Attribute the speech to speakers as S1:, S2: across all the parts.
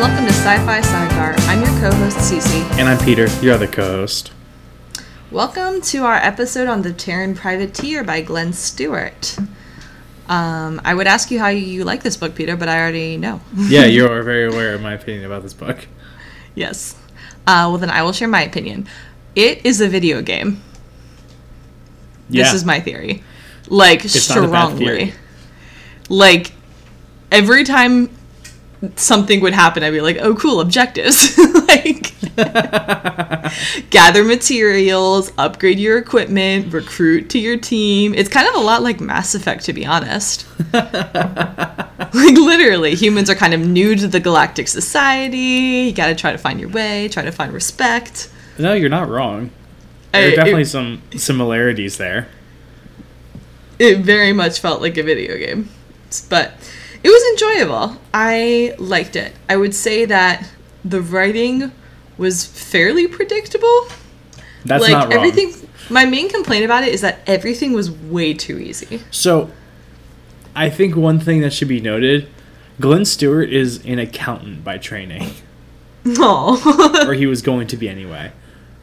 S1: Sci-Fi Sidebar. I'm your co-host Cece.
S2: And I'm Peter, your other co host.
S1: Welcome to our episode on the Terran Privateer by Glenn Stewart. Um, I would ask you how you like this book, Peter, but I already know.
S2: Yeah, you are very aware of my opinion about this book.
S1: yes. Uh, well, then I will share my opinion. It is a video game. This
S2: Yeah.
S1: is my theory. Like
S2: not a
S1: strongly.
S2: bad theory.
S1: Like every time something would happen, I'd be like, "Oh, cool, objectives." like gather materials, upgrade your equipment, recruit to your team. It's kind of a lot like Mass Effect to be honest. like literally, humans are kind of new to the galactic society. You got to try to find your way, try to find respect.
S2: No, you're not wrong.
S1: I-
S2: There are
S1: it-
S2: definitely some similarities there.
S1: it very much felt like a video game. But it was enjoyable. I liked it. I would say that the writing was fairly predictable.
S2: That's
S1: like
S2: not wrong.
S1: everything my main complaint about it is that everything was way too easy.
S2: So, I think one thing that should be noted Glenn Stewart is an accountant by training,
S1: Oh.
S2: or he was going to be anyway,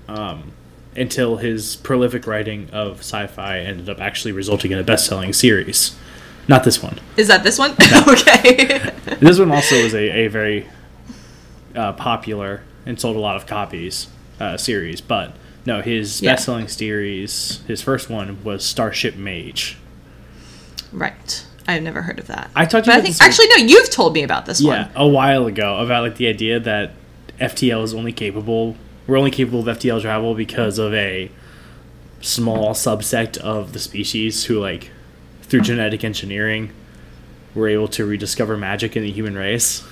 S2: um, until his prolific writing of sci fi ended up actually resulting in a best selling series. Not this one.
S1: is that this one? okay.
S2: This one also was a, a very uh, popular and sold a lot of copies uh, series, but no, his
S1: Yeah.
S2: best selling series, his first one was Starship Mage.
S1: right. I've never heard of that.
S2: I talked
S1: but
S2: to you
S1: I
S2: about
S1: think
S2: this one-
S1: actually no, you've told me about this
S2: Yeah,
S1: one.
S2: a while ago about like the idea that FTL is only capable, we're only capable of FTL travel because of a small subsect of the species who like through genetic engineering were able to rediscover magic in the human race.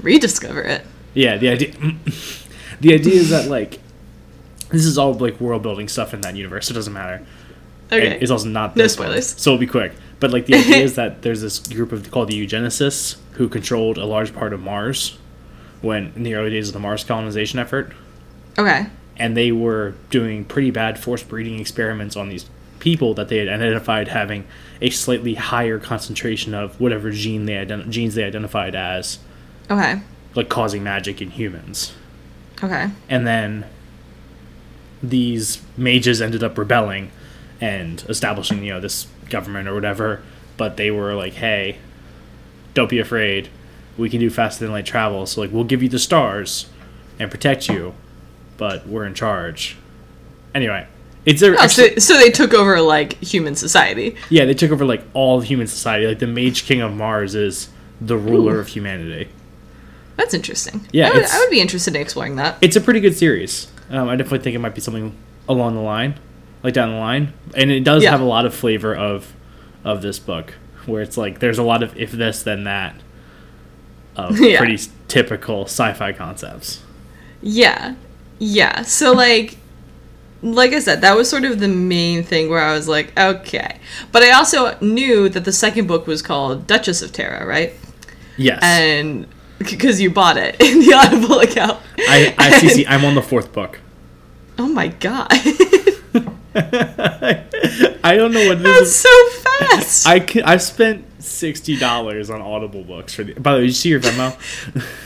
S1: Rediscover it.
S2: Yeah, the idea the idea is that like this is all like world building stuff in that universe. It doesn't matter.
S1: Okay.
S2: It- It's also not
S1: No
S2: this one,
S1: spoilers.
S2: so it'll be quick. But like the idea is that there's this group of called the eugenicists who controlled a large part of Mars when in the early days of the Mars colonization effort,
S1: okay.
S2: and they were doing pretty bad forced breeding experiments on these people that they had identified having a slightly higher concentration of whatever gene they ident- genes they identified as
S1: Okay.
S2: like causing magic in humans.
S1: Okay.
S2: and then these mages ended up rebelling and establishing you know this government or whatever but they were like hey don't be afraid we can do faster than light travel so like we'll give you the stars and protect you but we're in charge anyway it's a
S1: Oh, so, so they took over like human society.
S2: yeah they took over like all of human society like the mage king of mars is the ruler of humanity
S1: That's interesting.
S2: Yeah,
S1: I would,
S2: it's-
S1: I would be interested in exploring that.
S2: it's a pretty good series. Um, I definitely think it might be something along the line, like down the line, and it does
S1: Yeah.
S2: have a lot of flavor of of this book, where it's like there's a lot of if this then that of
S1: Yeah.
S2: pretty s- typical sci-fi concepts.
S1: Yeah, yeah. So like, like I said, that was sort of the main thing where I was like, okay. But I also knew that the second book was called Duchess of Terra, right?
S2: Yes,
S1: And because you bought it in the Audible account.
S2: I, I see, see. I'm on the fourth book.
S1: Oh my god,
S2: I don't know what it
S1: that's
S2: is.
S1: so fast.
S2: I can, I've spent sixty dollars on Audible books for the. By the way, did you see your Venmo?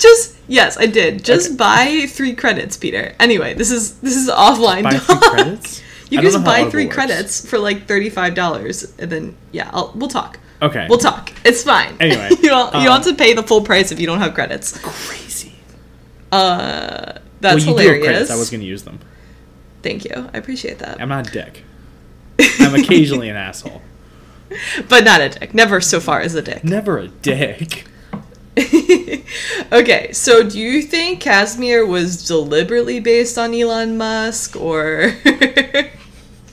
S1: Just yes, I did. Just
S2: Okay.
S1: buy three credits, Peter. Anyway, this is this is offline.
S2: Buy three
S1: talk.
S2: credits.
S1: You
S2: I
S1: can
S2: don't
S1: just
S2: know how
S1: buy
S2: Audible
S1: three
S2: works.
S1: credits for like thirty-five dollars, and then yeah, I'll, we'll talk.
S2: Okay.
S1: We'll talk. It's fine.
S2: Anyway,
S1: you don't, you
S2: um,
S1: don't have to pay the full price if you don't have credits.
S2: Crazy.
S1: Uh, that's
S2: well, you do have
S1: hilarious.
S2: credits. I was gonna use them.
S1: Thank you. I appreciate that.
S2: I'm not a dick. I'm occasionally an asshole.
S1: but not a dick. Never so far as a dick.
S2: Never a dick.
S1: okay, so do you think Casimir was deliberately based on Elon Musk, or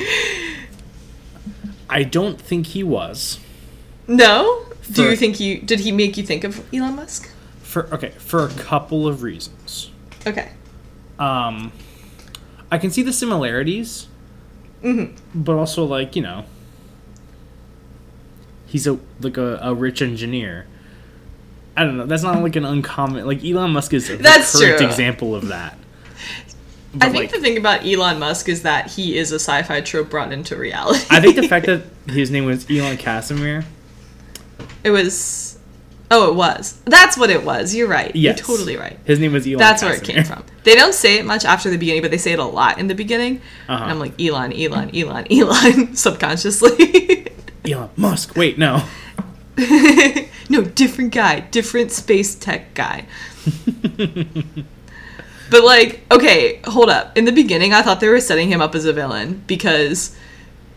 S2: I don't think he was.
S1: no? Do you
S2: For-
S1: think you did he make you think of Elon Musk?
S2: For okay, for a couple of reasons.
S1: Okay.
S2: Um I can see the similarities,
S1: Mm-hmm.
S2: but also like, you know, he's a like a, a rich engineer. I don't know. That's not like an uncommon like Elon Musk is the
S1: That's
S2: perfect
S1: true.
S2: example of that.
S1: I
S2: But,
S1: think
S2: like,
S1: the thing about Elon Musk is that he is a sci-fi trope brought into reality.
S2: I think the fact that his name was Elon Casimir
S1: it was Oh, it was. That's what it was. You're right.
S2: Yes.
S1: You're totally right.
S2: His name was Elon.
S1: That's where it came
S2: Kasimir.
S1: from. They don't say it much after the beginning, but they say it a lot in the beginning.
S2: Uh-huh.
S1: And I'm like, Elon, Elon, Elon, Elon, subconsciously.
S2: Elon Musk. Wait, no.
S1: no, different guy, different space tech guy. but like, okay, hold up. In the beginning, I thought they were setting him up as a villain because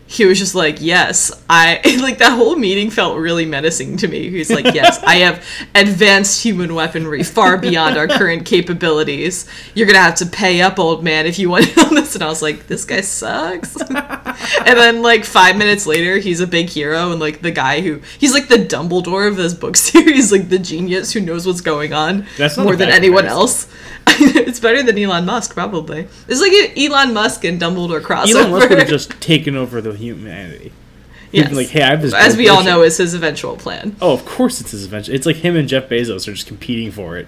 S1: he was just like, "Yes, I like that whole meeting felt really menacing to me." He's like, "Yes, I have advanced human weaponry far beyond our current capabilities. You're going to have to pay up, old man, if you want to on this." And I was like, "This guy sucks." and then like five minutes later he's a big hero and like the guy who he's like the dumbledore of this book series like the genius who knows what's going on
S2: That's not
S1: more
S2: a
S1: than
S2: bad
S1: anyone
S2: comparison.
S1: else it's better than elon musk probably it's like an elon musk and dumbledore crossover
S2: Elon Musk would have just taken over the humanity. He'd
S1: Yes.
S2: been like, hey, I have this.
S1: as we all know
S2: it.
S1: is his eventual plan
S2: Oh, of course it's his invention. It's like him and Jeff Bezos are just competing for it.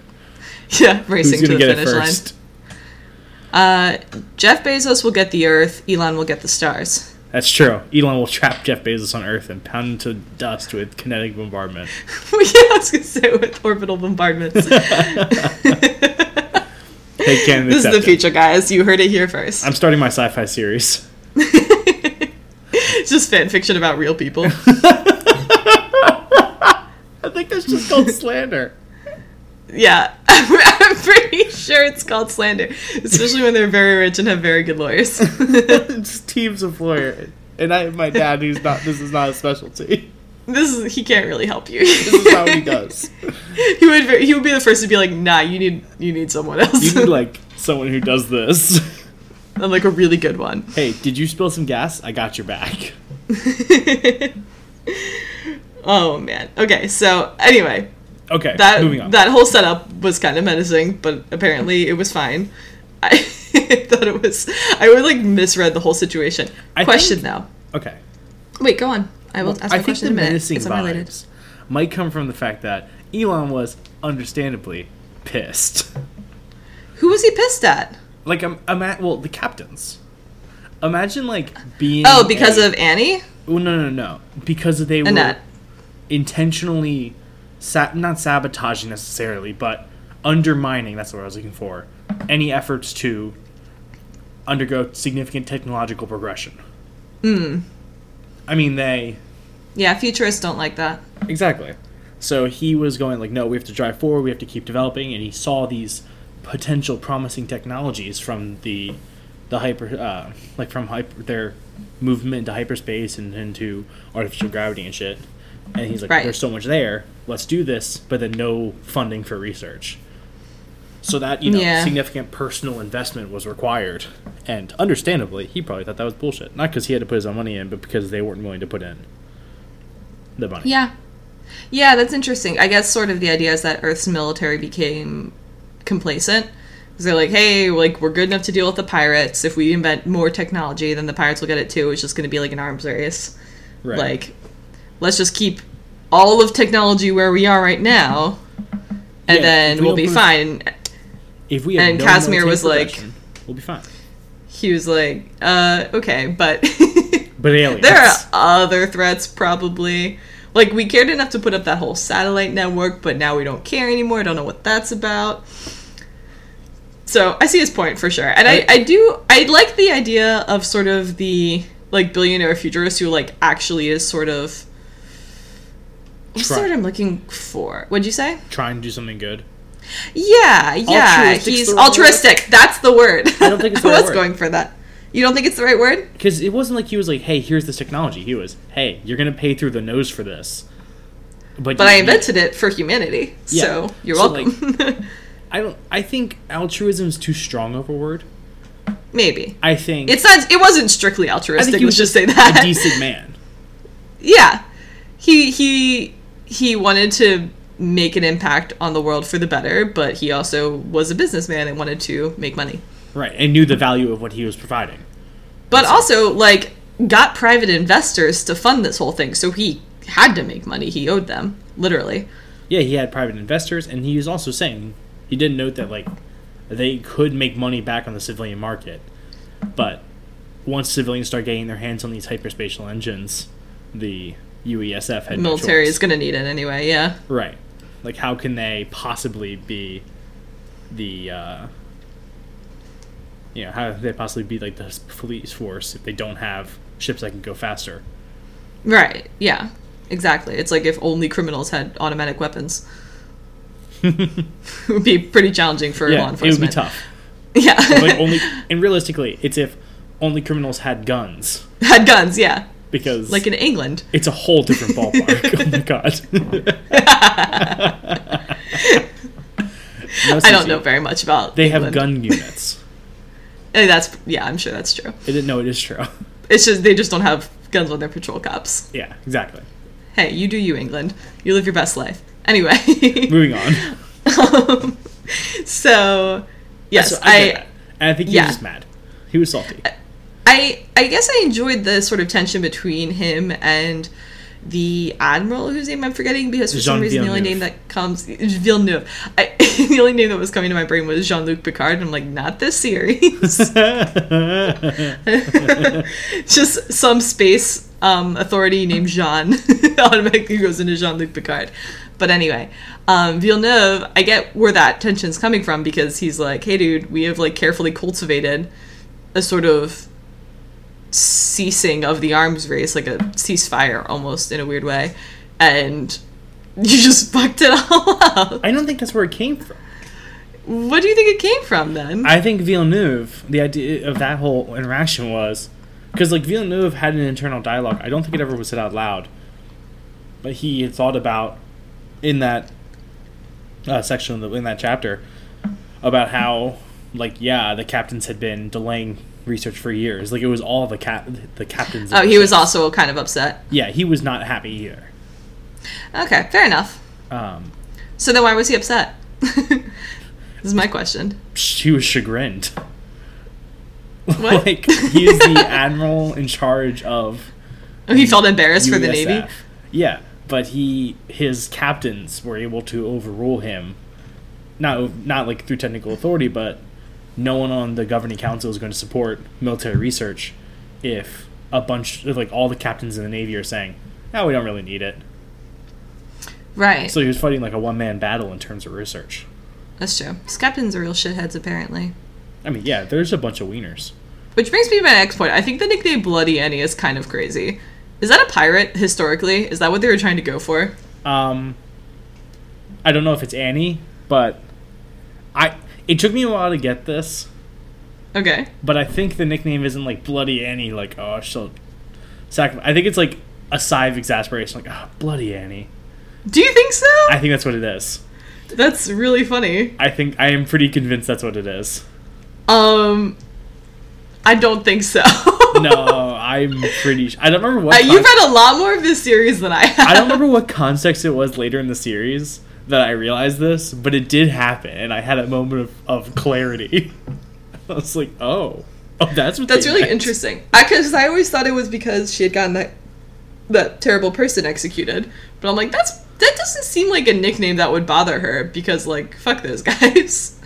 S1: yeah
S2: Who's
S1: racing to
S2: gonna
S1: the
S2: get it
S1: finish line
S2: first?
S1: uh, jeff bezos will get the earth elon will get the stars
S2: That's true. Elon will trap Jeff Bezos on Earth and pound him to dust with kinetic bombardment.
S1: yeah, I was gonna say with orbital bombardments.
S2: They can't
S1: this is
S2: accept
S1: the
S2: it.
S1: future, guys. You heard it here first.
S2: I'm starting my sci-fi series.
S1: It's just fan fiction about real people.
S2: I think that's just called slander.
S1: yeah, I'm, I'm pretty sure it's called slander, especially when they're very rich and have very good lawyers.
S2: it's teams of lawyer, and I have my dad who's not. This is not a specialty.
S1: this is he can't really help you.
S2: This is how he does.
S1: he would ver- he would be the first to be like, nah, you need you need someone else.
S2: You need like someone who does this.
S1: and like a really good one.
S2: Hey, did you spill some gas? I got your back.
S1: oh man. Okay, so anyway,
S2: Okay,
S1: that
S2: moving on.
S1: that whole setup was kind of menacing, but apparently it was fine. I thought it was. I would like misread the whole situation.
S2: I
S1: question
S2: think-
S1: now.
S2: okay,
S1: Wait, go on. I will ask
S2: I
S1: my
S2: think
S1: question
S2: the
S1: in a minute.
S2: menacing
S1: It's unrelated.
S2: vibes might come from the fact that Elon was understandably pissed.
S1: Who was he pissed at?
S2: Like, I'm, I'm at well, the captains. Imagine like being
S1: Oh, because
S2: a-
S1: of Annie?
S2: Well, no, no, no. Because they
S1: Annette.
S2: were intentionally, sa- not sabotaging necessarily, but undermining. That's what I was looking for. Any efforts to undergo significant technological progression. Hmm. I mean, they
S1: Yeah, futurists don't like that.
S2: exactly. So he was going like, no, we have to drive forward. We have to keep developing. And he saw these potential promising technologies from the the hyper, uh, like from hyper their movement into hyperspace and into artificial gravity and shit. And he's like,
S1: Right.
S2: there's so much there. Let's do this, but then no funding for research. So that you know,
S1: Yeah.
S2: significant personal investment was required, and understandably, he probably thought that was bullshit. Not because he had to put his own money in, but because they weren't willing to put in the money.
S1: Yeah. Yeah, that's interesting. I guess sort of the idea is that Earth's military became complacent. 'Cause they're like, hey, like we're good enough to deal with the pirates. If we invent more technology, then the pirates will get it too. It's just going to be like an arms race.
S2: Right.
S1: Like, let's just keep all of technology where we are right now, and
S2: Yeah, if
S1: then
S2: we
S1: we'll
S2: don't
S1: be
S2: put-
S1: fine.
S2: If we had
S1: And
S2: no
S1: Casimir
S2: military
S1: was like-
S2: production, "We'll be fine."
S1: He was like, uh, okay, but
S2: But aliens,
S1: there are other threats probably. Like we cared enough to put up that whole satellite network, but now we don't care anymore. I don't know what that's about. So I see his point for sure, and I,
S2: I-
S1: I do I like the idea of sort of the like billionaire futurist who like actually is sort of what's the
S2: Try-
S1: word I'm looking for? What'd you say?
S2: trying to do something good.
S1: Yeah, yeah,
S2: Altruistic's
S1: he's
S2: the right word?
S1: altruistic. That's the word.
S2: I don't think it's the
S1: I
S2: right
S1: was
S2: word.
S1: going for that. You don't think it's the right word?
S2: Because it wasn't like he was like, "Hey, here's this technology." He was, "Hey, you're gonna pay through the nose for this."
S1: But
S2: you-
S1: I invented it for humanity,
S2: Yeah.
S1: so you're
S2: So,
S1: welcome.
S2: I don't. I think altruism is too strong of a word.
S1: Maybe
S2: I think
S1: it's not. It wasn't strictly
S2: I
S1: altruistic.
S2: think he
S1: Let's
S2: was
S1: just say
S2: a
S1: that.
S2: decent man.
S1: yeah, he he he wanted to make an impact on the world for the better, but he also was a businessman and wanted to make money.
S2: Right, and knew the value of what he was providing.
S1: But also, like, got private investors to fund this whole thing, so he had to make money. He owed them literally.
S2: Yeah, he had private investors, and he was also saying he didn't note that like they could make money back on the civilian market, but once civilians start getting their hands on these hyperspatial engines, the UESF had no
S1: Military
S2: choice.
S1: is going to need it anyway. Yeah.
S2: right. Like, how can they possibly be the, uh, you know, how can they possibly be like the police force if they don't have ships that can go faster?
S1: Right. Yeah. Exactly. It's like if only criminals had automatic weapons. it would be pretty challenging for law
S2: Yeah, it would be
S1: enforcement.
S2: tough.
S1: Yeah.
S2: But only, and realistically, it's if only criminals had guns
S1: had guns. Yeah.
S2: because
S1: Like in England.
S2: it's a whole different ballpark. oh my god. No,
S1: I
S2: Susie.
S1: don't know very much about.
S2: They have
S1: England.
S2: gun units.
S1: Eh, That's yeah. I'm sure that's true.
S2: I didn't know it is true.
S1: It's just they just don't have guns on their patrol cops.
S2: Yeah, exactly.
S1: Hey, you do you, England. You live your best life. Anyway.
S2: Moving on.
S1: Um, so yes,
S2: So
S1: I.
S2: get that. and I think he
S1: yeah.
S2: was just mad. He was salty.
S1: I I guess I enjoyed the sort of tension between him and the admiral whose name I'm forgetting because for
S2: Jean
S1: some reason the only name
S2: Villeneuve.
S1: that comes Villeneuve. I, the only name that was coming to my brain was Jean Luc Picard. And I'm like, not this series. Just some space um, authority named Jean automatically goes into Jean Luc Picard. But anyway, um, Villeneuve, I get where that tension's coming from because he's like, hey, dude, we have like carefully cultivated a sort of ceasing of the arms race, like a ceasefire almost in a weird way, and you just fucked it all up.
S2: I don't think that's where it came from.
S1: What do you think it came from then?
S2: I think Villeneuve, the idea of that whole interaction was because like Villeneuve had an internal dialogue. I don't think it ever was said out loud, but he had thought about in that uh, section of the, in that chapter about how like yeah the captains had been delaying research for years. Like it was all the cap the captains. of
S1: oh,
S2: the
S1: he was
S2: ships.
S1: also kind of upset.
S2: Yeah, he was not happy either.
S1: Okay, fair enough.
S2: Um,
S1: So then why was he upset? this is my question.
S2: she was chagrined.
S1: What?
S2: like he is the admiral in charge of
S1: Oh, he felt embarrassed for the
S2: USF.
S1: Navy?
S2: Yeah, but he his captains were able to overrule him. Not not like through technical authority, but no one on the governing council is going to support military research if a bunch if, like all the captains in the navy are saying, "No, we don't really need it."
S1: Right.
S2: So he was fighting like a one man battle in terms of research.
S1: That's true. These captains are real shitheads, apparently.
S2: I mean, yeah, there's a bunch of wieners.
S1: Which brings me to my next point. I think the nickname Bloody Annie is kind of crazy. Is that a pirate, historically? Is that what they were trying to go for?
S2: Um, I don't know if it's Annie, but I it took me a while to get this,
S1: Okay.
S2: but I think the nickname isn't like Bloody Annie, like oh she'll sacrifice. I think it's like a sigh of exasperation, like oh, Bloody Annie.
S1: Do you think so?
S2: I think that's what it is.
S1: That's really funny.
S2: I think I am pretty convinced that's what it is.
S1: Um, I don't think so.
S2: No, I'm pretty. Sh- I don't remember what.
S1: Uh, you've
S2: con-
S1: read a lot more of this series than I have.
S2: I don't remember what context it was later in the series that I realized this, but it did happen, and I had a moment of, of clarity. I was like, oh, oh, that's what
S1: That's
S2: they
S1: really
S2: meant.
S1: interesting. Because I, always thought it was because she had gotten that that terrible person executed. But I'm like, that's that doesn't seem like a nickname that would bother her because like fuck those guys.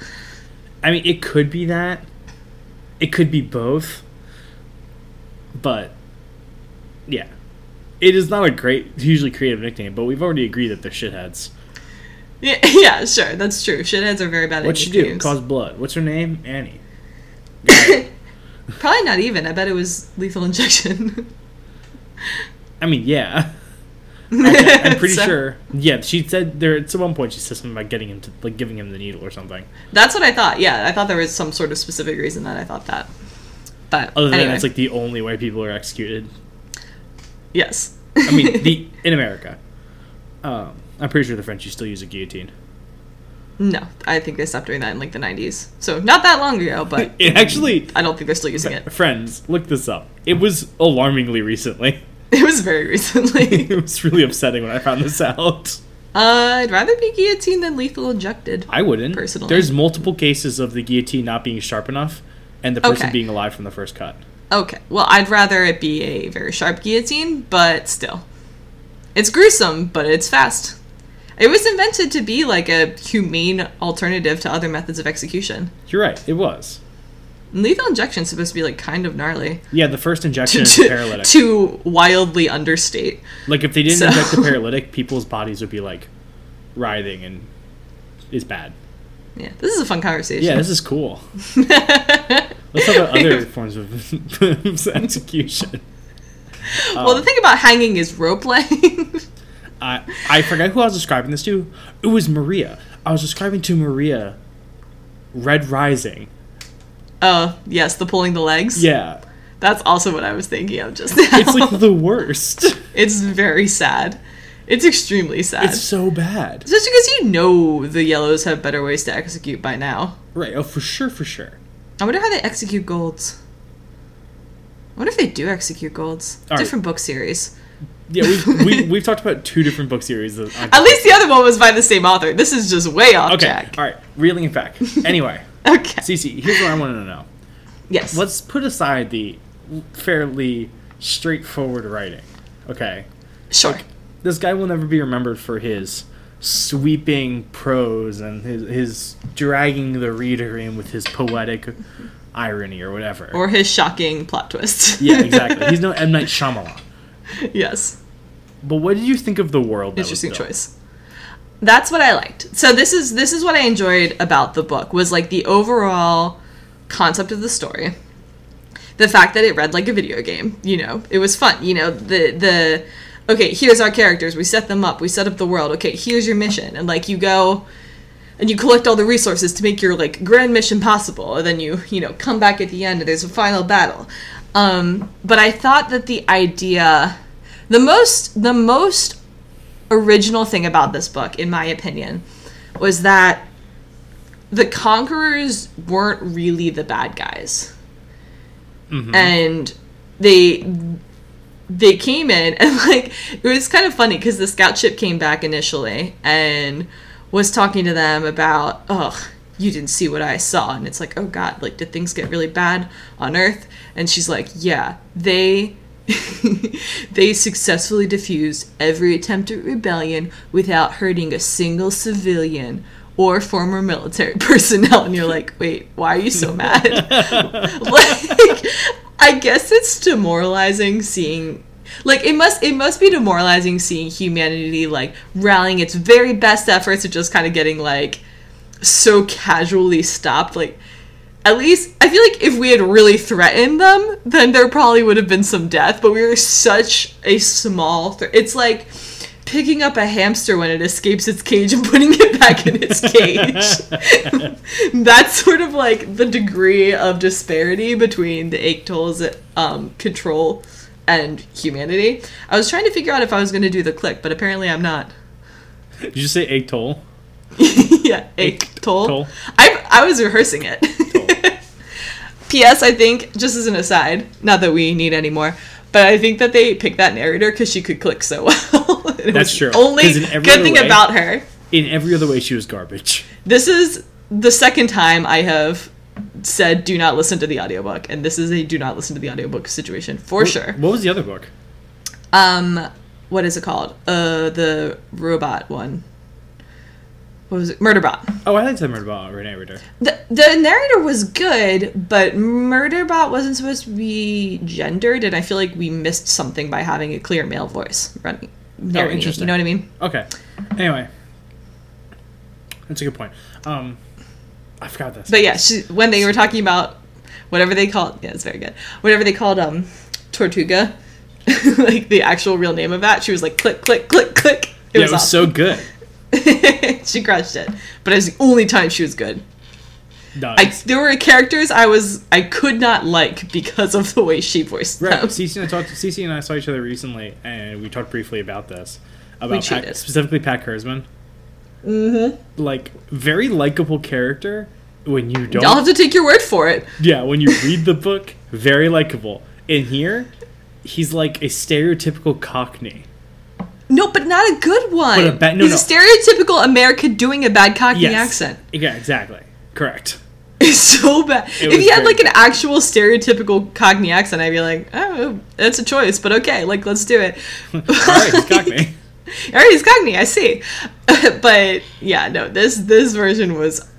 S2: I mean, it could be that. It could be both. But yeah, it is not a great, hugely creative nickname. But we've already agreed that they're shitheads.
S1: yeah, yeah, sure, that's true. Shitheads are very bad
S2: What'd
S1: at
S2: she do?
S1: nicknames.
S2: Cause blood. What's her name? Annie.
S1: Probably not even. I bet it was lethal injection.
S2: I mean, yeah. I, am pretty
S1: So-
S2: sure. Yeah, she said there at some one point she said something about getting him to like giving him the needle or something.
S1: That's what I thought. Yeah, I thought there was some sort of specific reason that I thought that. But
S2: Other than
S1: anyway,
S2: that, it's like the only way people are executed.
S1: yes.
S2: I mean, the in America. Um, I'm pretty sure the French still use a guillotine.
S1: no, I think they stopped doing that in like the 90s. So not that long ago, but
S2: It actually
S1: I don't think they're still using it.
S2: Friends, look this up. It was alarmingly recently.
S1: It was very recently.
S2: it was really upsetting when I found this out.
S1: Uh, I'd rather be guillotined than lethal injected.
S2: I wouldn't.
S1: Personally.
S2: There's multiple cases of the guillotine not being sharp enough and the person
S1: Okay.
S2: being alive from the first cut.
S1: Okay, well, I'd rather it be a very sharp guillotine, but still. It's gruesome, but it's fast. It was invented to be like a humane alternative to other methods of execution.
S2: You're right, it was.
S1: And lethal injection's supposed to be like kind of gnarly.
S2: Yeah, the first injection is a
S1: to,
S2: paralytic.
S1: to wildly understate.
S2: Like if they didn't
S1: So-
S2: inject the paralytic, people's bodies would be like writhing and is bad.
S1: Yeah, this is a fun conversation.
S2: Yeah, this is cool. Let's talk about other forms of execution.
S1: well,
S2: uh,
S1: the thing about hanging is role playing.
S2: I I forget who I was describing this to. It was Maria. I was describing to Maria Red Rising.
S1: oh, yes, the pulling the legs.
S2: Yeah.
S1: That's also what I was thinking of just now.
S2: It's like the worst.
S1: It's very sad. It's extremely sad.
S2: It's so bad.
S1: Especially because you know the yellows have better ways to execute by now.
S2: Right. Oh, for sure, for sure.
S1: I wonder how they execute golds. I wonder if they do execute golds.
S2: All right.
S1: Different book series.
S2: Yeah, we, we, we've talked about two different book series. that I-
S1: At least the other one was by the same author. This is just way off
S2: okay.
S1: track.
S2: All right. Reeling it back. Anyway,
S1: Okay.
S2: Cece, here's what I want to know.
S1: yes.
S2: Let's put aside the fairly straightforward writing. Okay.
S1: sure.
S2: this guy will never be remembered for his sweeping prose and his, his dragging the reader in with his poetic irony or whatever.
S1: Or his shocking plot twist.
S2: yeah, exactly. He's no M Night Shyamalan.
S1: yes.
S2: But what did you think of the world? That was
S1: interesting
S2: built?
S1: choice that's what i liked so this is this is what i enjoyed about the book was like the overall concept of the story the fact that it read like a video game you know it was fun you know the the okay here's our characters we set them up we set up the world okay here's your mission and like you go and you collect all the resources to make your like grand mission possible and then you you know come back at the end and there's a final battle um, but i thought that the idea the most the most original thing about this book, in my opinion, was that the conquerors weren't really the bad guys, and they they came in and like it was kind of funny because the scout ship came back initially and was talking to them about oh you didn't see what i saw and it's like oh god like did things get really bad on earth and she's like yeah they they successfully diffused every attempt at rebellion without hurting a single civilian or former military personnel and you're like wait why are you so mad like I guess it's demoralizing seeing like it must it must be demoralizing seeing humanity like rallying its very best efforts and just kind of getting like so casually stopped like at least I feel like if we had really threatened them then there probably would have been some death but we were such a small thr it's like picking up a hamster when it escapes its cage and putting it back in its cage that's sort of like the degree of disparity between the Aictol's um, control and humanity. I was trying to figure out if I was going to do the click, but apparently I'm not.
S2: Did you say egg toll?
S1: yeah,
S2: Toll.
S1: Aictol. I I was rehearsing it. P.S. I think just as an aside, not that we need any more, but I think that they picked that narrator because she could click so well. It
S2: That's
S1: was
S2: true,
S1: Only
S2: 'cause in every
S1: good
S2: other
S1: thing
S2: way-
S1: about her.
S2: In every other way, she was garbage.
S1: This is the second time I have said do not listen to the audiobook and this is a do not listen to the audiobook situation for sure.
S2: What was the other book?
S1: Um what is it called? Uh the robot one. What was it? Murderbot.
S2: Oh, I liked the Murderbot Renee Reader.
S1: The, the narrator was good, but Murderbot wasn't supposed to be gendered and I feel like we missed something by having a clear male voice running. narrating it,
S2: interesting.
S1: You know what I mean?
S2: Okay. Anyway, that's a good point. Um, I forgot this.
S1: But yeah, she, when they were talking about whatever they called, yeah, it's very good. Whatever they called um Tortuga, like the actual real name of that, she was like click, click, click, click. It
S2: yeah, it was so good.
S1: awesome. she crushed it, but it was the only time she was good.
S2: No,
S1: I,
S2: it's-
S1: there were characters I was I could not like because of the way she voiced
S2: Right.
S1: them.
S2: Cece and I talked. Cece and I saw each other recently, and we talked briefly about this. About Pat,
S1: cheated. Mm-hmm.
S2: specifically Pat Kurzman. Mm-hmm. Like very likable character when you don't.
S1: I'll have to take your word for it.
S2: yeah, when you read the book, very likable. In here, he's like a stereotypical Cockney.
S1: No, but not a good one.
S2: But a bad- no,
S1: He's
S2: no.
S1: a stereotypical American doing a bad Cockney
S2: Yes.
S1: accent.
S2: Yeah, exactly. Correct.
S1: It's so bad. if
S2: was
S1: he had
S2: very
S1: like an actual stereotypical Cockney accent, I'd be like, oh, that's a choice, but okay, like let's do it.
S2: All right, he's Cockney.
S1: All right, he's Cockney, I see. but yeah, no, this this version was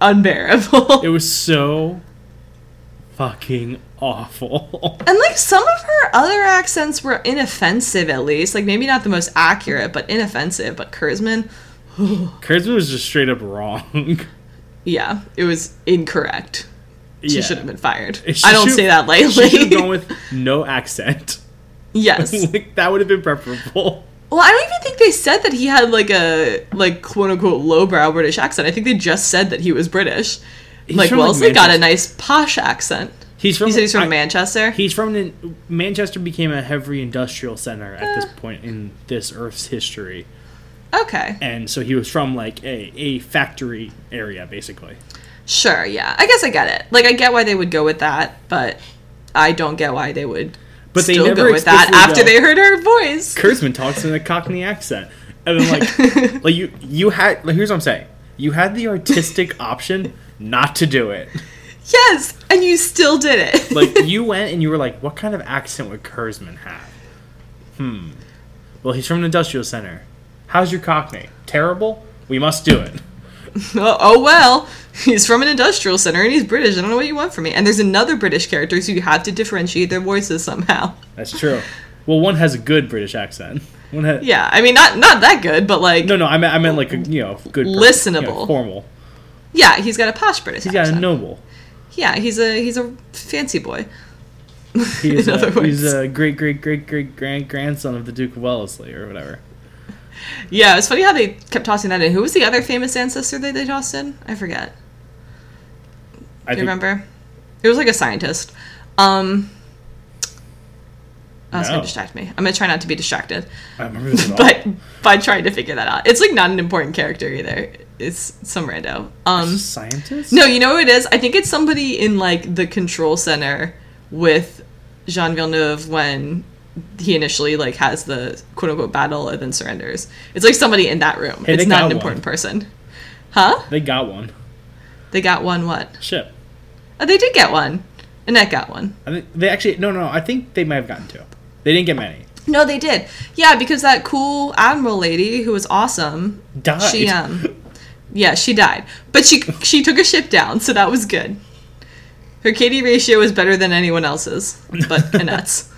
S1: unbearable.
S2: It was so fucking awful.
S1: and like some of her other accents were inoffensive, at least like maybe not the most accurate, but inoffensive. But Kurzman,
S2: Kurtzman was just straight up wrong.
S1: Yeah, it was incorrect. She should have been fired.
S2: She
S1: I don't
S2: should-
S1: say that
S2: She should have
S1: lightly.
S2: gone with no accent.
S1: yes.
S2: like that would have been preferable.
S1: Well, I don't even think they said that he had like a like quote unquote lowbrow British accent. I think they just said that he was British. like
S2: from, like,
S1: Wellesley got a
S2: Manchester.
S1: nice posh accent.
S2: He's from.
S1: He said he's from
S2: I-
S1: Manchester.
S2: He's from in, Manchester. Became a heavy industrial center at this
S1: Ah.
S2: point in this Earth's history,
S1: okay.
S2: and so he was from like a a factory area, basically.
S1: Sure, yeah. I guess I get it. Like I get why they would go with that, but I don't get why they would
S2: But they
S1: still
S2: never
S1: go with that
S2: explicitly
S1: after
S2: go-
S1: they heard her voice.
S2: Kurtzman talks in a Cockney accent, and then like, like you you had like, here's what I'm saying. You had the artistic option not to do it.
S1: Yes, and you still did it.
S2: Like you went and you were like, what kind of accent would Kurtzman have? Hmm. Well, he's from an industrial center. How's your Cockney? Terrible. We must do it.
S1: oh, oh well, he's from an industrial center and he's British. I don't know what you want from me. And there's another British character, so you have to differentiate their voices somehow.
S2: That's true. Well, one has a good British accent. One has,
S1: Yeah, I mean, not not that good, but like,
S2: No, no, I meant, I meant like a you know good, person, you know,
S1: Listenable.
S2: formal.
S1: yeah, he's got a posh British
S2: He's got
S1: accent.
S2: a noble.
S1: Yeah, he's a he's a fancy boy.
S2: He's
S1: In
S2: a,
S1: other
S2: he's
S1: words.
S2: a great great great great grand grandson of the Duke of Wellesley or whatever.
S1: Yeah, it's funny how they kept tossing that in. Who was the other famous ancestor that they tossed in? I forget.
S2: I
S1: Do
S2: think-
S1: you remember? It was like a scientist. Um, oh, it's
S2: No.
S1: gonna distract me. I'm gonna try not to be distracted,
S2: I remember this at all.
S1: but by trying to figure that out, it's like not an important character either. It's some rando. Um,
S2: scientist?
S1: no, you know who it is? I think it's somebody in like the control center with Jean Villeneuve when he initially like has the quote unquote battle and then surrenders. It's like somebody in that room.
S2: Hey, they
S1: it's not
S2: got
S1: an
S2: one.
S1: important person. Huh?
S2: They got one
S1: They got one what?
S2: ship.
S1: Oh, they did get one. Annette got one.
S2: I think they actually no no. I think they might have gotten two. They didn't get many.
S1: No, they did. Yeah, because that cool admiral lady who was awesome,
S2: Died.
S1: she um, yeah, she died, but she she took a ship down, so that was good. Her KD ratio was better than anyone else's, but Annette's.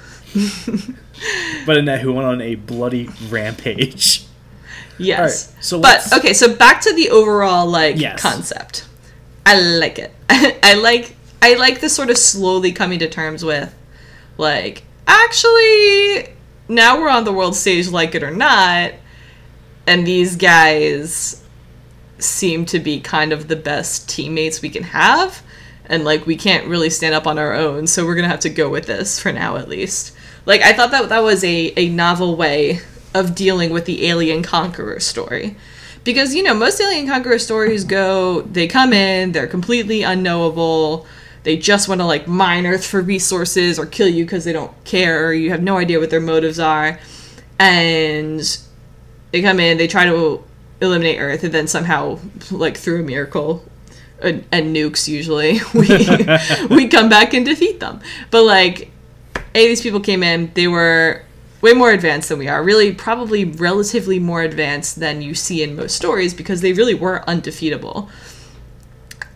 S2: but Annette, who went on a bloody rampage.
S1: Yes.
S2: Alright, so
S1: but
S2: let's-
S1: okay, so back to the overall like
S2: Yes.
S1: concept. I like it. I like I like this sort of slowly coming to terms with like actually now we're on the world stage like it or not and these guys seem to be kind of the best teammates we can have and like we can't really stand up on our own so we're gonna have to go with this for now at least like i thought that that was a, a novel way of dealing with the alien conqueror story because you know most alien conqueror stories go they come in they're completely unknowable they just want to like mine earth for resources or kill you because they don't care you have no idea what their motives are and they come in, they try to eliminate Earth, and then somehow, like through a miracle, and, and nukes usually, we we come back and defeat them. But like, a these people came in, they were way more advanced than we are. Really, probably relatively more advanced than you see in most stories because they really were undefeatable.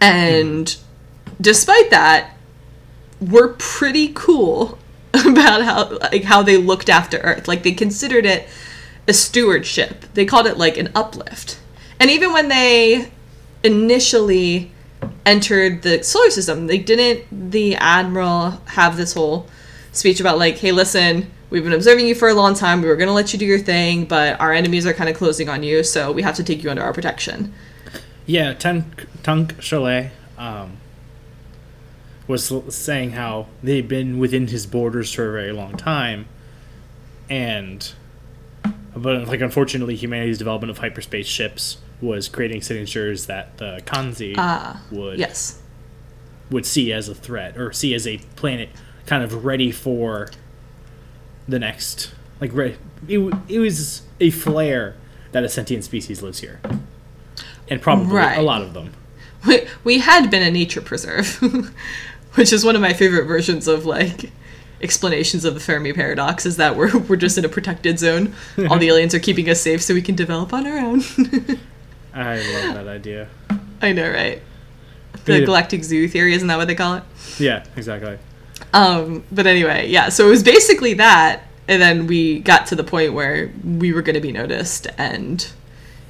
S1: And despite that, were pretty cool about how like how they looked after Earth. Like they considered it a stewardship. They called it like an uplift. And even when they initially entered the solar system, they didn't the admiral have this whole speech about like, hey, listen, we've been observing you for a long time. We were gonna let you do your thing, but our enemies are kind of closing on you, so we have to take you under our protection.
S2: Yeah, Tank Tank Chalet um, was l- saying how they'd been within his borders for a very long time, and but like unfortunately, humanity's development of hyperspace ships was creating signatures that the Kanzi would
S1: Yes.
S2: would see as a threat or see as a planet kind of ready for the next like re- it, w- it was a flare that a sentient species lives here and probably
S1: Right.
S2: a lot of them
S1: we, we had been a nature preserve, which is one of my favorite versions of like explanations of the Fermi paradox is that we're we're just in a protected zone. All the aliens are keeping us safe so we can develop on our own.
S2: i love that idea
S1: I know, right? The
S2: Yeah.
S1: galactic zoo theory, isn't that what they call it?
S2: yeah exactly
S1: Um, but anyway, yeah, so it was basically that and then we got to the point where we were going to be noticed and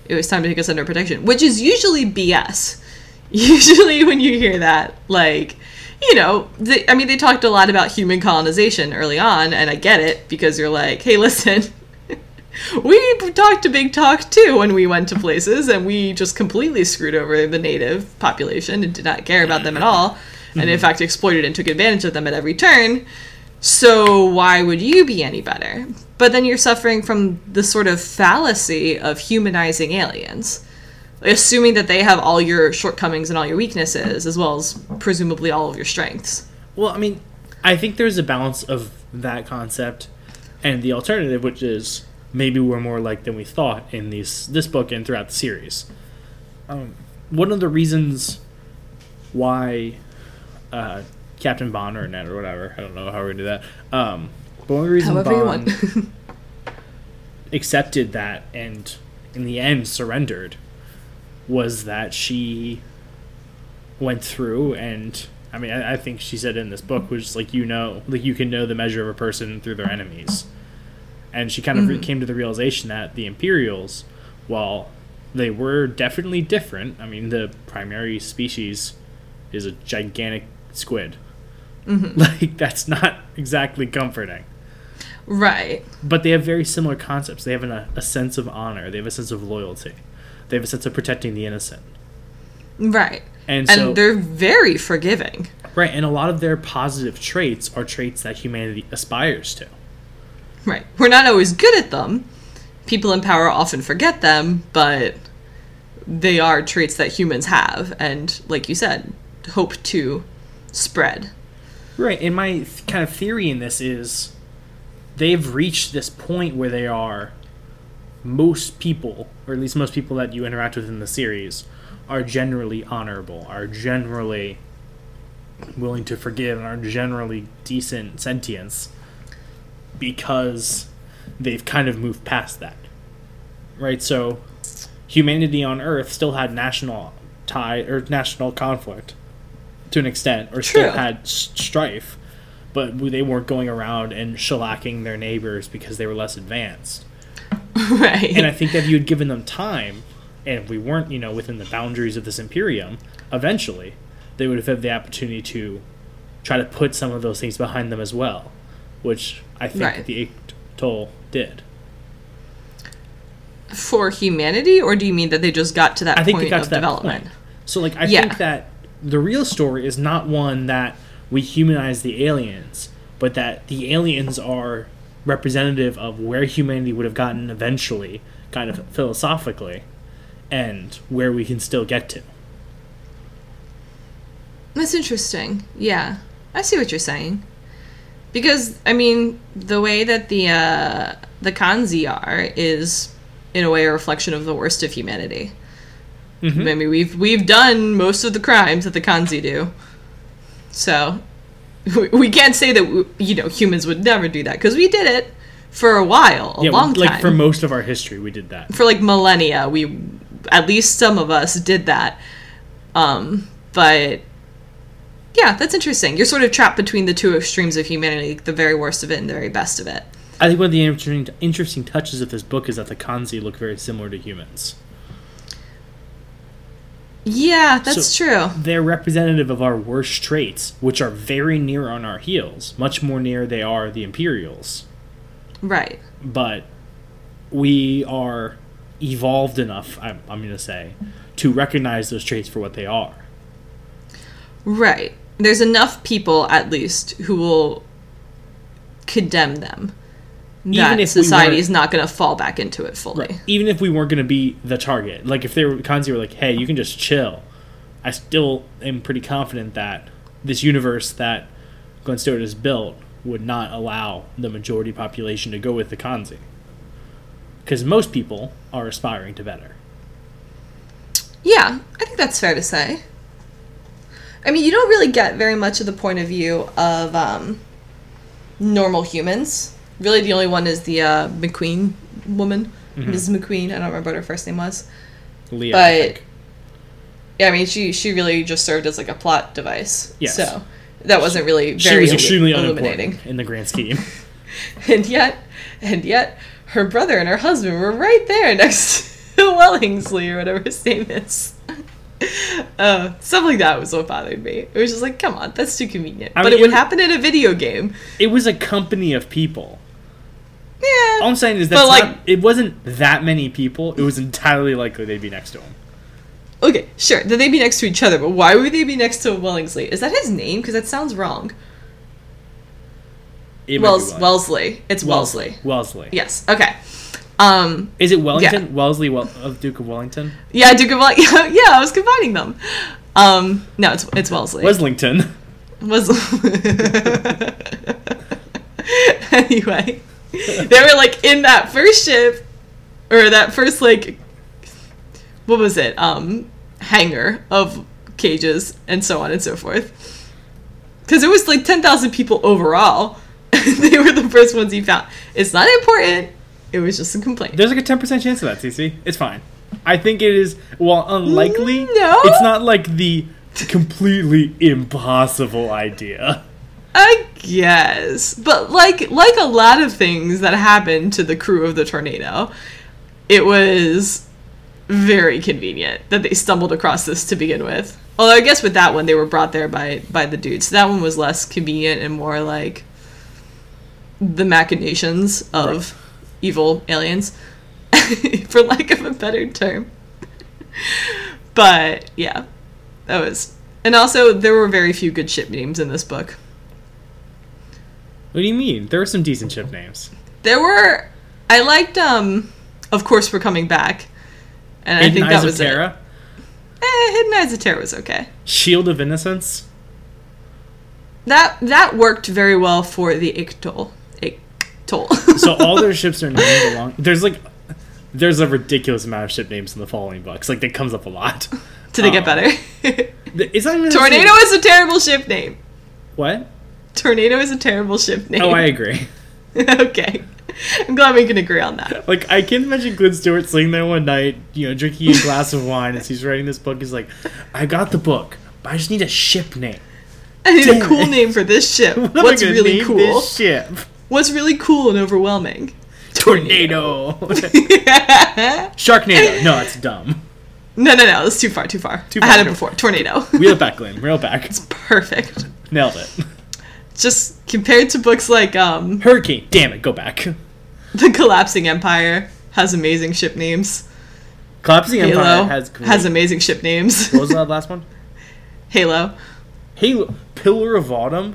S1: it it was time to take us under protection, which is usually BS. Usually, when you hear that, like, you know, they, I mean, they talked a lot about human colonization early on, and I get it because you're like, hey, listen, we talked a big talk too when we went to places, and we just completely screwed over the native population and did not care about them at all, and
S2: Mm-hmm.
S1: in fact exploited and took advantage of them at every turn. So why would you be any better? But then you're suffering from the sort of fallacy of humanizing aliens assuming that they have all your shortcomings and all your weaknesses as well as presumably all of your strengths
S2: Well, I mean, I think there's a balance of that concept and the alternative, which is maybe we're more like than we thought in these this book and throughout the series. Um, one of the reasons why uh, Captain Bond or Ned or whatever, I don't know how we're gonna do that. Um, but one of the reasons
S1: however you
S2: Bond
S1: want
S2: accepted that and in the end surrendered was that she went through and I mean I, I think she said in this book was just like you know like you can know the measure of a person through their enemies. And she kind of re- came to the realization that the Imperials, while they were definitely different, I mean the primary species is a gigantic squid. Like that's not exactly comforting
S1: right
S2: but they have very similar concepts. They have an, a sense of honor. They have a sense of loyalty. They have a sense of protecting the innocent.
S1: right
S2: And,
S1: and
S2: so,
S1: they're very forgiving
S2: right, and a lot of their positive traits are traits that humanity aspires to.
S1: right we're not always good at them people in power often forget them but they are traits that humans have and like you said hope to spread
S2: Right, and my th- kind of theory in this is they've reached this point where they are most people, or at least most people that you interact with in the series, are generally honorable, are generally willing to forgive, and are generally decent sentients because they've kind of moved past that. Right, so humanity on Earth still had national tie or national conflict to an extent, or still
S1: True.
S2: had s- strife, but we- they weren't going around and shellacking their neighbors because they were less advanced.
S1: right
S2: And I think that if you had given them time, and if we weren't, you know, within the boundaries of this imperium, eventually they would have had the opportunity to try to put some of those things behind them as well, which I think
S1: Right.
S2: the Eighth Toll did.
S1: for humanity or do you mean that they just got to that
S2: I think
S1: point
S2: they got
S1: of
S2: to that
S1: development
S2: point. So like I
S1: Yeah.
S2: think that the real story is not one that we humanize the aliens, but that the aliens are representative of where humanity would have gotten eventually, kind of philosophically, and where we can still get to.
S1: That's interesting. Yeah. I see what you're saying. Because I mean, the way that the uh the Kanzi are is in a way a reflection of the worst of humanity.
S2: Mm-hmm.
S1: I mean, we've we've done most of the crimes that the Kanzi do. So we, we can't say that we, you know humans would never do that cuz we did it for a while, a
S2: Yeah,
S1: long
S2: like
S1: time
S2: for most of our history, we did that.
S1: for like millennia we at least some of us did that um but yeah that's interesting you're sort of trapped between the two extremes of humanity the very worst of it and the very best of it
S2: I think one of the interesting, interesting touches of this book is that the Kanzi look very similar to humans.
S1: yeah that's
S2: So-
S1: true
S2: they're representative of our worst traits, which are very near on our heels, much more near they are the Imperials.
S1: right
S2: But we are evolved enough, I'm, I'm going to say, to recognize those traits for what they are.
S1: right there's enough people at least who will condemn them that
S2: Even if we
S1: society
S2: weren't-
S1: is not going to fall back into it fully
S2: Even if we weren't going to be the target, like if they were Kanzi were like, "Hey, you can just chill," I still am pretty confident that this universe that Glenn Stewart has built would not allow the majority population to go with the Kanzi, because most people are aspiring to better.
S1: Yeah, I think that's fair to say. I mean, you don't really get very much of the point of view of um, normal humans. Really, the only one is the uh, McQueen woman,
S2: Mm-hmm.
S1: Mrs. McQueen. I don't remember what her first name was.
S2: Leah, I
S1: But-
S2: think.
S1: Yeah, I mean, she she really just served as like a plot device.
S2: Yes.
S1: So that wasn't really very
S2: she was
S1: illu-
S2: extremely
S1: illuminating.
S2: unimportant in the grand scheme.
S1: And yet, and yet, her brother and her husband were right there next Wellingsley or whatever his name is. Uh, stuff like that was what bothered me. It was just like, come on, that's too convenient.
S2: I
S1: but
S2: mean,
S1: it would
S2: it-
S1: happen in a video game.
S2: It was a company of people. All
S1: Yeah.
S2: I'm saying is
S1: But,
S2: that
S1: like-
S2: it wasn't that many people. It was entirely likely they'd be next to him.
S1: Okay, sure. Then they'd be next to each other, but why would they be next to Wellingsley? Is that his name? Because that sounds wrong.
S2: It might be
S1: Wells
S2: Wells-
S1: Wellesley. It's Wellesley.
S2: Wellesley.
S1: Yes. Okay. Um.
S2: Is it Wellington? Wellesley Wel- of Duke of Wellington?
S1: Yeah, Duke of Wel- yeah, yeah, I was combining them. Um. No, it's it's Wellesley.
S2: Weslington.
S1: was anyway they were like in that first ship or that first like what was it um hangar of cages and so on and so forth because it was like 10,000 people overall they were the first ones he found it's not important it was just a complaint
S2: There's like a ten percent chance of that, CC. It's fine. I think it is while unlikely,
S1: No.
S2: it's not like the completely impossible idea.
S1: I guess, but like like a lot of things that happened to the crew of the tornado, it was very convenient that they stumbled across this to begin with. Although I guess with that one they were brought there by by the dudes. that one was less convenient and more like the machinations of evil aliens, for lack of a better term. but yeah, that was. And also, there were very few good ship names in this book.
S2: What do you mean? There are some decent ship names.
S1: There were. I liked. Um, of course, we're coming back, and I think that was it.
S2: Terra,
S1: Eh, Hidden Eyes of Terra was okay.
S2: Shield of Innocence.
S1: That that worked very well for the Ictol. Ictol.
S2: So all their ships are named along. There's like, there's a ridiculous amount of ship names in the following books. Like that comes up a lot.
S1: Did they get
S2: Oh.
S1: better?
S2: It's not even
S1: Tornado is a terrible ship name.
S2: What?
S1: Tornado is a terrible ship name.
S2: Oh, I agree.
S1: okay. I'm glad we can agree on that.
S2: Like I can imagine Glenn Stewart sitting there one night, you know, drinking a glass of wine as he's writing this book. He's like, "I got the book, but I just need a ship name.
S1: I need
S2: Damn
S1: a cool
S2: it.
S1: name for this ship.
S2: What am I
S1: What's
S2: gonna
S1: really
S2: name
S1: cool?
S2: This ship
S1: What's really cool and overwhelming?
S2: tornado, Sharknado. No, that's dumb.
S1: No, no, no. That's too far. Too far.
S2: Too
S1: I had
S2: far.
S1: it before. Tornado.
S2: Reel it back, Glenn. Reel it back.
S1: Perfect.
S2: Nailed it.
S1: Just compared to books like um,
S2: Hurricane. Damn it. Go back.
S1: The Collapsing Empire has amazing ship names.
S2: Collapsing
S1: Halo
S2: Empire
S1: has,
S2: has great-
S1: amazing ship names.
S2: What was that last one?
S1: Halo.
S2: Halo. Pillar of Autumn.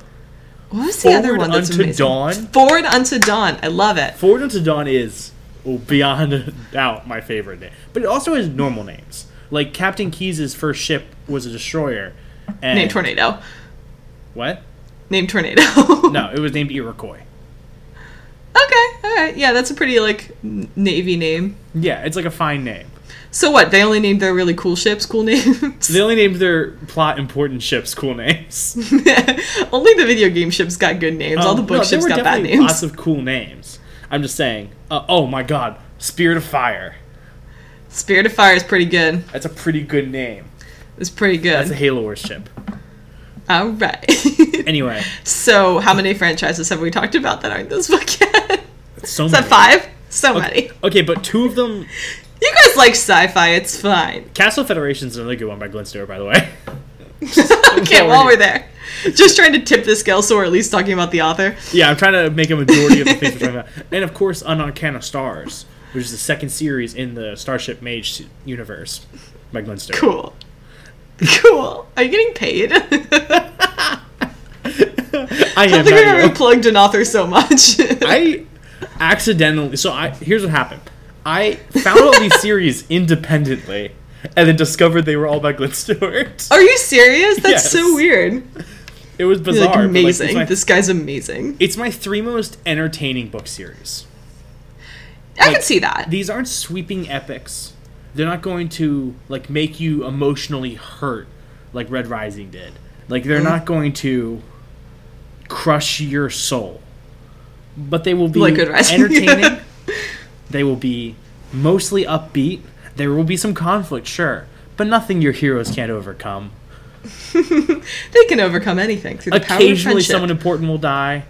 S1: What was the
S2: Forward
S1: other one that's
S2: Unto
S1: amazing?
S2: Dawn.
S1: Forward Unto Dawn. I love it.
S2: Forward Unto Dawn is oh, beyond a doubt my favorite name, but it also has normal names. Like Captain Keyes' first ship was a destroyer. And
S1: Name Tornado.
S2: What?
S1: Name Tornado.
S2: No, it was named Iroquois.
S1: Okay. All right. Yeah, that's a pretty like n- navy name.
S2: Yeah, it's like a fine name.
S1: So what? They only named their really cool ships cool names.
S2: They only named their plot important ships cool names.
S1: only the video game ships got good names. All the
S2: Um,
S1: book
S2: no,
S1: ships
S2: there were
S1: got bad
S2: definitely
S1: names.
S2: Lots of cool names. I'm just saying. Uh, oh my God, Spirit of Fire.
S1: Spirit of Fire is pretty good.
S2: That's a pretty good name.
S1: It's pretty
S2: That's a
S1: good.
S2: Halo Wars ship.
S1: All right.
S2: Anyway,
S1: so, how many franchises have we talked about that aren't in this book yet?
S2: so
S1: Is
S2: many.
S1: that five? So many.
S2: Okay, but two of them.
S1: You guys like sci-fi? It's fine.
S2: Castle Federation's another good one by Glenn Stewart, by the way.
S1: okay,
S2: we're
S1: while
S2: here.
S1: we're there, just trying to tip the scale, so we're at least talking about the author.
S2: Yeah, I'm trying to make a majority of the things we're talking about. And of course, Uncanna Stars, which is the second series in the Starship Mage universe by Glenn Stewart.
S1: Cool. Cool. Are you getting paid? I
S2: I am
S1: don't think I've
S2: not
S1: ever
S2: you.
S1: plugged an author so much.
S2: I accidentally. So I here's what happened. I found all these series independently, and then discovered they were all by Glenn Stewart.
S1: Are you serious? That's
S2: Yes.
S1: so weird.
S2: It was
S1: You're
S2: bizarre.
S1: like
S2: but, like,
S1: amazing.
S2: it's, my,
S1: this guy's amazing.
S2: it's my three most entertaining book series.
S1: I
S2: like,
S1: can see that.
S2: these aren't sweeping epics. They're not going to like make you emotionally hurt like Red Rising did. Like
S1: Mm.
S2: they're not going to crush your soul. But they will be
S1: Like Red Rising.
S2: entertaining. they will be mostly upbeat. There will be some conflict, sure, but nothing your heroes can't overcome.
S1: They can overcome anything through the power of
S2: Occasionally
S1: friendship.
S2: someone important will die,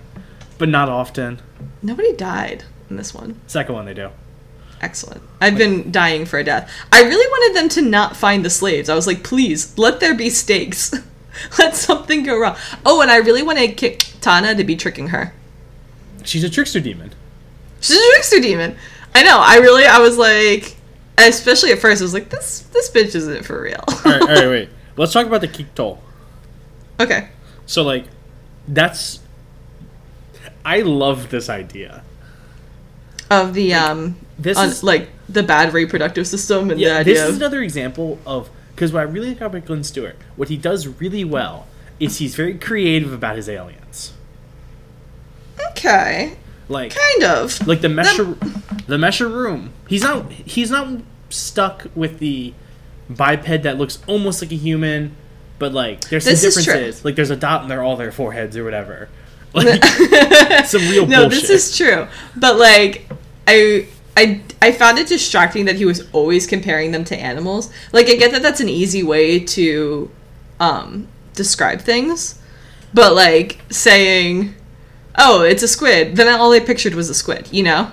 S2: but not often.
S1: Nobody died in this one.
S2: Second one they do.
S1: Excellent. I've been dying for a death. I really wanted them to not find the slaves. I was like, please, let there be stakes. let something go wrong. Oh, and I really wanted Ki- Tana to be tricking her.
S2: She's a trickster demon.
S1: She's a trickster demon. I know. I really, I was like, especially at first, I was like, this this bitch isn't for real.
S2: All right, all right, wait. Let's talk about the kick toll.
S1: okay.
S2: So like, that's. I love this idea.
S1: Of the um,
S2: This
S1: on-
S2: is-
S1: like the bad reproductive system and the
S2: Yeah,
S1: idea.
S2: this is
S1: of-
S2: another example of because what I really like about Glenn Stewart, what he does really well is he's very creative about his aliens.
S1: okay,
S2: Like
S1: kind of.
S2: like the mesher the mesher room. He's not he's not stuck with the biped that looks almost like a human, but like there's some
S1: This is true.
S2: differences. Like there's a dot in their all their foreheads or whatever. Like some real
S1: no,
S2: bullshit.
S1: this is true. But like, I. I, I found it distracting that he was always comparing them to animals. Like I get that that's an easy way to um, describe things, but like saying, "Oh, it's a squid," then all I pictured was a squid, you know.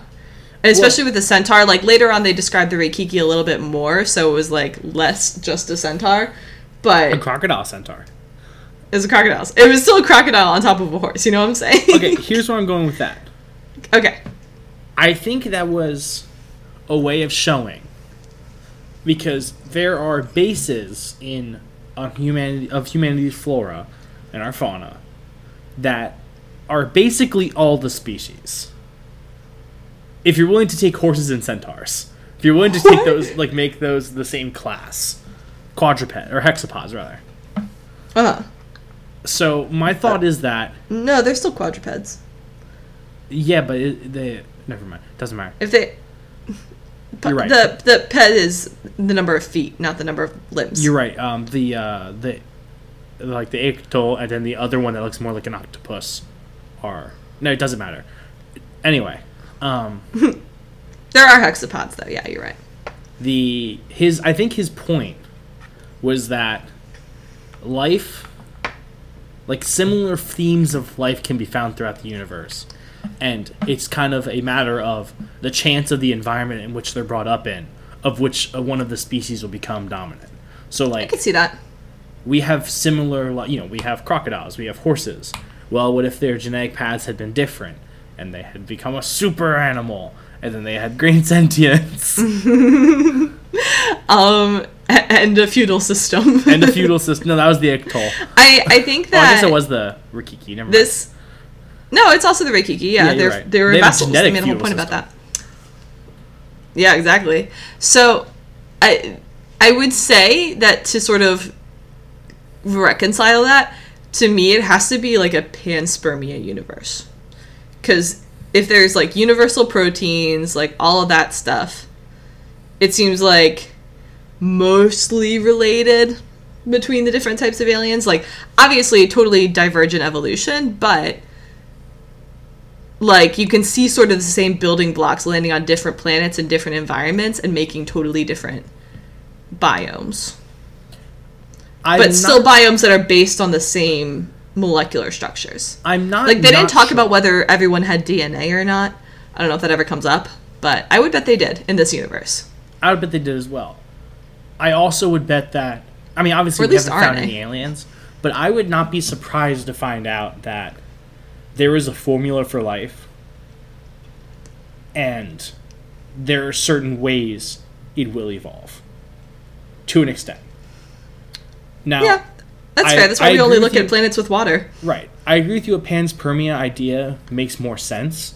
S1: And especially with the centaur, like later on they described the Reikiki a little bit more, so it was like less just a centaur,
S2: a
S1: but
S2: crocodile centaur.
S1: it was a crocodile. It was still a crocodile on top of a horse. You know what I'm saying?
S2: Okay, here's where I'm going with that.
S1: okay.
S2: I think that was a way of showing because there are bases in on humanity of humanity's flora and our fauna that are basically all the species. If you're willing to take horses and centaurs, if you're willing to take
S1: What?
S2: those like make those the same class, quadruped or hexapods rather.
S1: Uh huh.
S2: So my thought is that
S1: No, they're still quadrupeds.
S2: yeah, but it, they never mind. Doesn't matter.
S1: If they, P-
S2: You're right.
S1: the the ped is the number of feet, not the number of limbs.
S2: You're right. Um, the uh, the like the ictol and then the other one that looks more like an octopus are no, it doesn't matter. Anyway, um,
S1: there are hexapods though. Yeah, you're right.
S2: the his I think his point was that life, like similar themes of life, can be found throughout the universe, and it's kind of a matter of the chance of the environment in which they're brought up in, of which uh, one of the species will become dominant. So like
S1: I can see that.
S2: we have similar li- you know we have crocodiles we have horses well what if their genetic paths had been different and they had become a super animal and then they had green sentience
S1: Um, a- and a feudal system.
S2: and a feudal system no that was the ictol
S1: I I think
S2: oh,
S1: that
S2: i guess it was the rikiki never mind.
S1: this. No, it's also the Reikiki. Yeah,
S2: Yeah, you're
S1: they're
S2: right.
S1: they were
S2: They have a
S1: vessels. They
S2: genetic
S1: made a whole
S2: feudal
S1: point about
S2: system.
S1: that. Yeah, exactly. So, I I would say that to sort of reconcile that, to me, it has to be like a panspermia universe, because if there's like universal proteins, like all of that stuff, it seems like mostly related between the different types of aliens. Like, obviously, totally divergent evolution, but like you can see sort of the same building blocks landing on different planets and different environments and making totally different biomes.
S2: I'm
S1: But
S2: not-
S1: still biomes that are based on the same molecular structures.
S2: i'm not
S1: Like, they
S2: not
S1: didn't talk
S2: sure.
S1: about whether everyone had DNA or not. I don't know if that ever comes up, but I would bet they did in this universe.
S2: I would bet they did as well. I also would bet that. I mean, obviously
S1: Or at
S2: we
S1: least
S2: haven't found
S1: RNA.
S2: any aliens, but I would not be surprised to find out that there is a formula for life, and there are certain ways it will evolve to an extent. Now,
S1: Yeah, that's
S2: Oh. I-
S1: fair. That's
S2: I
S1: why we
S2: agree
S1: only
S2: with
S1: look
S2: you.
S1: at planets with water.
S2: Right. I agree with you. A panspermia idea makes more sense,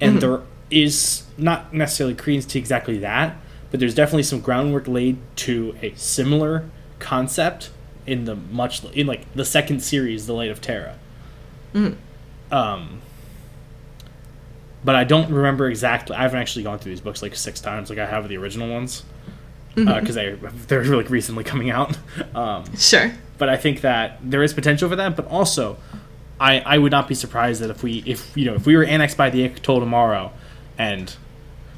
S2: and there is not necessarily credence to exactly that, but there's definitely some groundwork laid to a similar concept in the much in like the second series, The Light of Terra. Um. But I don't remember exactly. I haven't actually gone through these books like six times, like I have the original ones, because they they're like recently coming out. Um,
S1: Sure.
S2: but I think that there is potential for that. But also, I, I would not be surprised that if we if you know if we were annexed by the Ictol tomorrow, and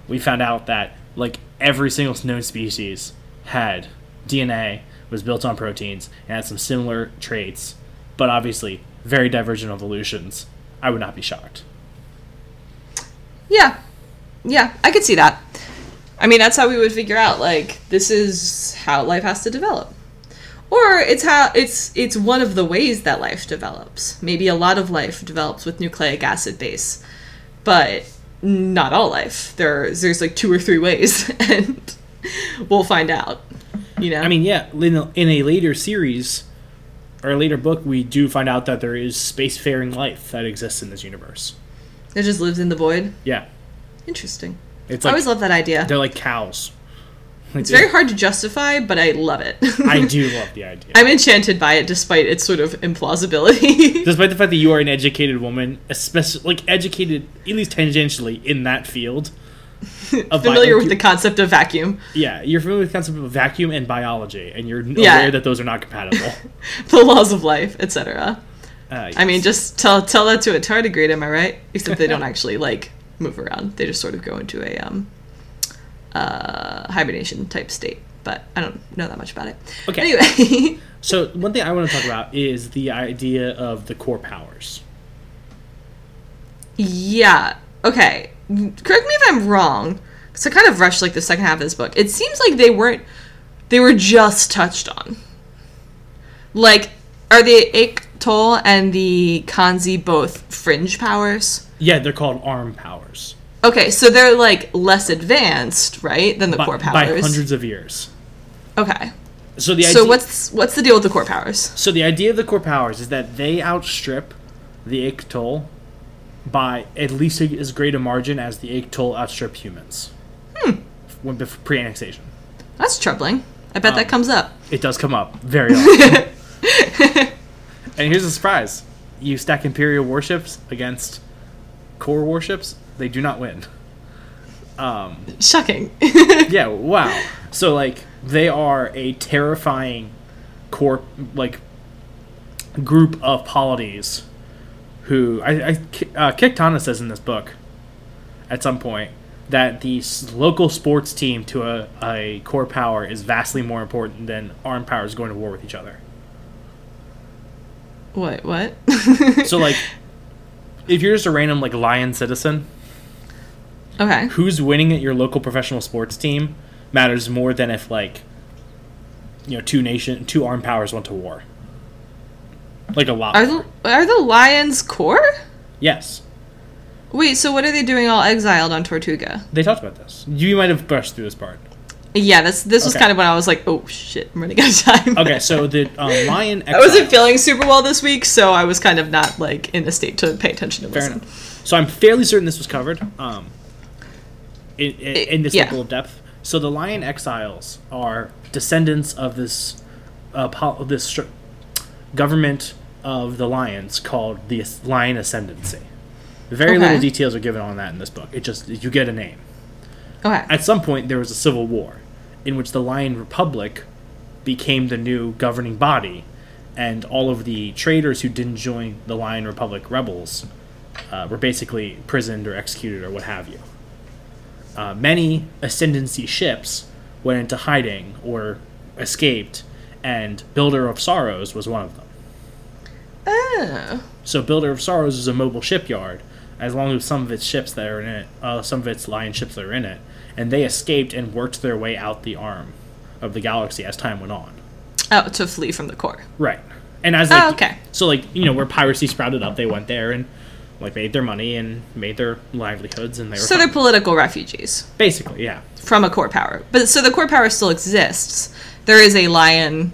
S2: we found out that like every single known species had DNA was built on proteins and had some similar traits, but obviously very divergent evolutions. I would not be shocked.
S1: Yeah. Yeah, I could see that. I mean, that's how we would figure out like this is how life has to develop. Or it's how it's it's one of the ways that life develops. Maybe a lot of life develops with nucleic acid base, but not all life. There's there's like two or three ways, and we'll find out. You know,
S2: I mean, yeah, in a, in a later series or a later book, we do find out that there is spacefaring life that exists in this universe.
S1: it just lives in the void.
S2: Yeah,
S1: Interesting.
S2: it's
S1: I
S2: like
S1: always love that idea.
S2: they're like cows.
S1: It's very hard to justify, but I love it.
S2: I do love the idea.
S1: I'm enchanted by it, despite its sort of implausibility.
S2: Despite the fact that you are an educated woman, especially like educated at least tangentially in that field, of
S1: Familiar
S2: bio-
S1: with the concept of vacuum,
S2: yeah, you're familiar with the concept of vacuum and biology, and you're
S1: Yeah.
S2: aware that those are not compatible.
S1: the laws of life, etc.
S2: Uh,
S1: I mean, just tell tell that to a tardigrade, am I right? Except they don't actually like move around; they just sort of go into a um, uh, hibernation type state. But I don't know that much about it.
S2: Okay.
S1: Anyway,
S2: So one thing I want to talk about is the idea of the core powers.
S1: yeah. Okay. Correct me if I'm wrong. So I kind of rushed like the second half of this book. It seems like they weren't. They were just touched on. Like, are the Iktol and the Kanzi both fringe powers?
S2: Yeah, they're called arm powers.
S1: Okay, so they're like less advanced, right, than the
S2: By,
S1: core powers.
S2: by hundreds of years.
S1: Okay.
S2: So the idea,
S1: So what's what's the deal with the core powers?
S2: so the idea of the core powers is that they outstrip the Ictol by at least as great a margin as the Ictol outstrip humans. Hmm. When bef- pre-annexation,
S1: That's troubling. I bet
S2: Um,
S1: that comes up.
S2: it does come up very often. and here's a surprise: you stack Imperial warships against core warships, they do not win.
S1: Shocking.
S2: Yeah, wow. So like they are a terrifying corp like group of polities who I, I Ki- uh, Kiktana says in this book at some point that the s- local sports team to a, a core power is vastly more important than armed powers going to war with each other.
S1: what? What?
S2: So like if you're just a random like lion citizen,
S1: okay.
S2: who's winning at your local professional sports team matters more than if like you know two nation two armed powers went to war like a lot
S1: Are
S2: more.
S1: the are the lions core?
S2: yes
S1: Wait. So what are they doing? All exiled on Tortuga?
S2: they talked about this you might have brushed through this part
S1: Yeah. This this was
S2: Okay.
S1: kind of when I was like, oh shit, I'm running out of time.
S2: okay so the um, lion
S1: I wasn't feeling super well this week, so I was kind of not like in a state to pay attention to
S2: fair
S1: listen.
S2: enough so i'm fairly certain this was covered um in, in, in this
S1: yeah.
S2: level of depth so the lion exiles are descendants of this uh, pol- this str- government of the lions called the As- lion ascendancy very
S1: Okay.
S2: little details are given on that in this book it just you get a name
S1: Okay.
S2: at some point there was a civil war in which the lion republic became the new governing body and all of the traitors who didn't join the lion republic rebels uh, were basically imprisoned or executed or what have you uh, many ascendancy ships went into hiding or escaped and builder of sorrows was one of them
S1: Oh.
S2: so Builder of Sorrows is a mobile shipyard, as long as some of its ships that are in it, uh, some of its lion ships that are in it, and they escaped and worked their way out the arm of the galaxy as time went on.
S1: Oh, to flee from the core.
S2: Right. And as like,
S1: Oh, okay.
S2: so like you know where piracy sprouted up, they went there and like made their money and made their livelihoods and they were
S1: So they're
S2: fine.
S1: political refugees.
S2: basically yeah
S1: from a core power. But so the core power still exists. There is a lion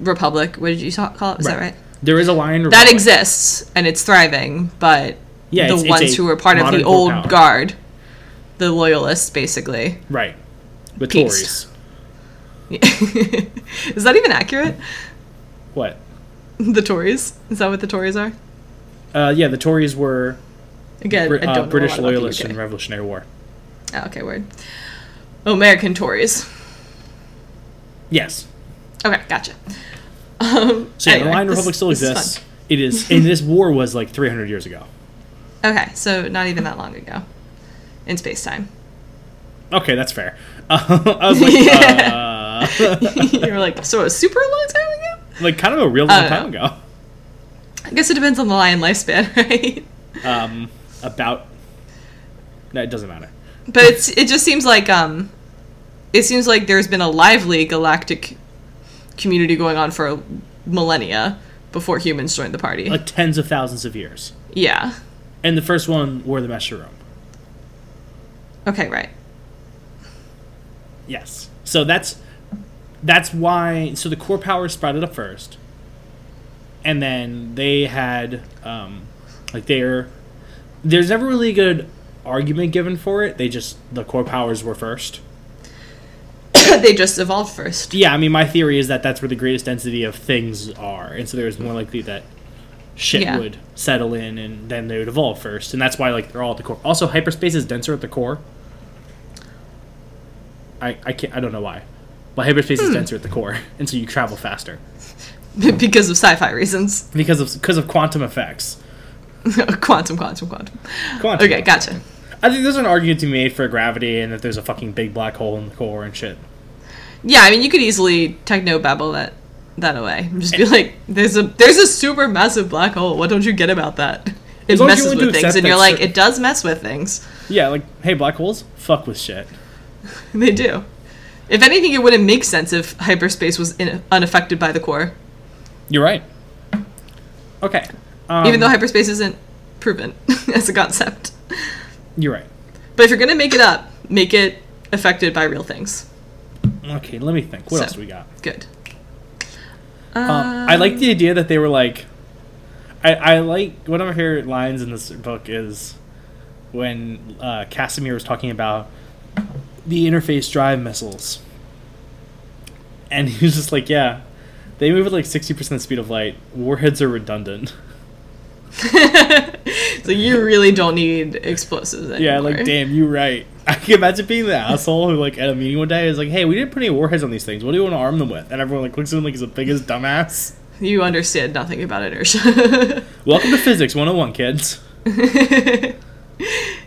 S1: republic. What did you ta- call it? Was that right?
S2: There is a lion
S1: That
S2: republic.
S1: exists and it's thriving, but
S2: Yeah,
S1: the
S2: it's- it's
S1: ones
S2: a
S1: who were part of
S2: modern
S1: the
S2: core
S1: old
S2: power.
S1: guard, the loyalists, basically.
S2: right the
S1: Peace.
S2: Tories
S1: is that even accurate?
S2: what
S1: The Tories? Is that what the Tories are?
S2: uh, yeah the Tories were
S1: Again,
S2: Brit-
S1: I
S2: uh,
S1: don't
S2: British
S1: know a lot about the
S2: loyalists
S1: UK.
S2: in Revolutionary War
S1: Oh, okay, word. American Tories.
S2: yes
S1: Okay, gotcha. Um,
S2: So yeah,
S1: anyway,
S2: the Lion
S1: this-
S2: Republic still
S1: this is fun.
S2: exists. It is, and this war was like 300 years ago.
S1: Okay, so not even that long ago, in space time.
S2: Okay, that's fair. Uh, I was like, uh,
S1: you were like, so a super long time ago?
S2: like kind of a real long
S1: Uh,
S2: time ago.
S1: I guess it depends on the lion lifespan, right?
S2: Um, about no, it doesn't matter.
S1: But it's it just seems like um, it seems like there's been a lively galactic community going on for millennia before humans joined the party.
S2: like tens of thousands of years.
S1: yeah.
S2: And the first one were the Meshurum.
S1: Okay. Right.
S2: Yes. So that's that's why. So the core power sprouted up first, and then they had um, like their there's never really a good argument given for it. They just the core powers were first.
S1: they just evolved first.
S2: Yeah, I mean, my theory is that that's where the greatest density of things are, and so there's more likely that shit
S1: Yeah.
S2: would settle in, and then they would evolve first, and that's why like they're all at the core. Also, hyperspace is denser at the core. I I can't I don't know why, but hyperspace
S1: Hmm.
S2: is denser at the core, and so you travel faster
S1: because of sci-fi reasons.
S2: because of because of quantum effects.
S1: quantum, quantum, quantum.
S2: Quantum
S1: Okay,
S2: effects.
S1: gotcha.
S2: I think there's an argument to be made for gravity and that there's a fucking big black hole in the core and shit.
S1: Yeah, I mean, you could easily techno babble that that away. Just be like, "There's a there's a super massive black hole. What don't you get about that?" It
S2: As long as you
S1: messes
S2: want to
S1: with things,
S2: accept
S1: and
S2: that
S1: you're like,
S2: cer-
S1: "It does mess with things."
S2: Yeah, like hey, black holes fuck with shit.
S1: They do. If anything, it wouldn't make sense if hyperspace was in, unaffected by the core,
S2: You're right. Okay. Um,
S1: even though hyperspace isn't proven as a concept.
S2: you're right.
S1: But if you're gonna make it up, make it affected by real things.
S2: Okay, let me think. What
S1: So-
S2: else we got?
S1: Good.
S2: Um, I like the idea that they were like, I, I like one of my favorite lines in this book is when uh, Casimir was talking about the interface drive missiles, and he was just like, yeah, they move at like sixty percent the speed of light. Warheads are redundant.
S1: so you really don't need explosives anymore.
S2: Yeah, like damn, you right. I can imagine being the asshole who like at a meeting one day is like, hey, we didn't put any warheads on these things. What do you want to arm them with? And everyone like looks at him like he's the biggest dumbass.
S1: You understand nothing about inertia.
S2: Welcome to physics one hundred and one, kids.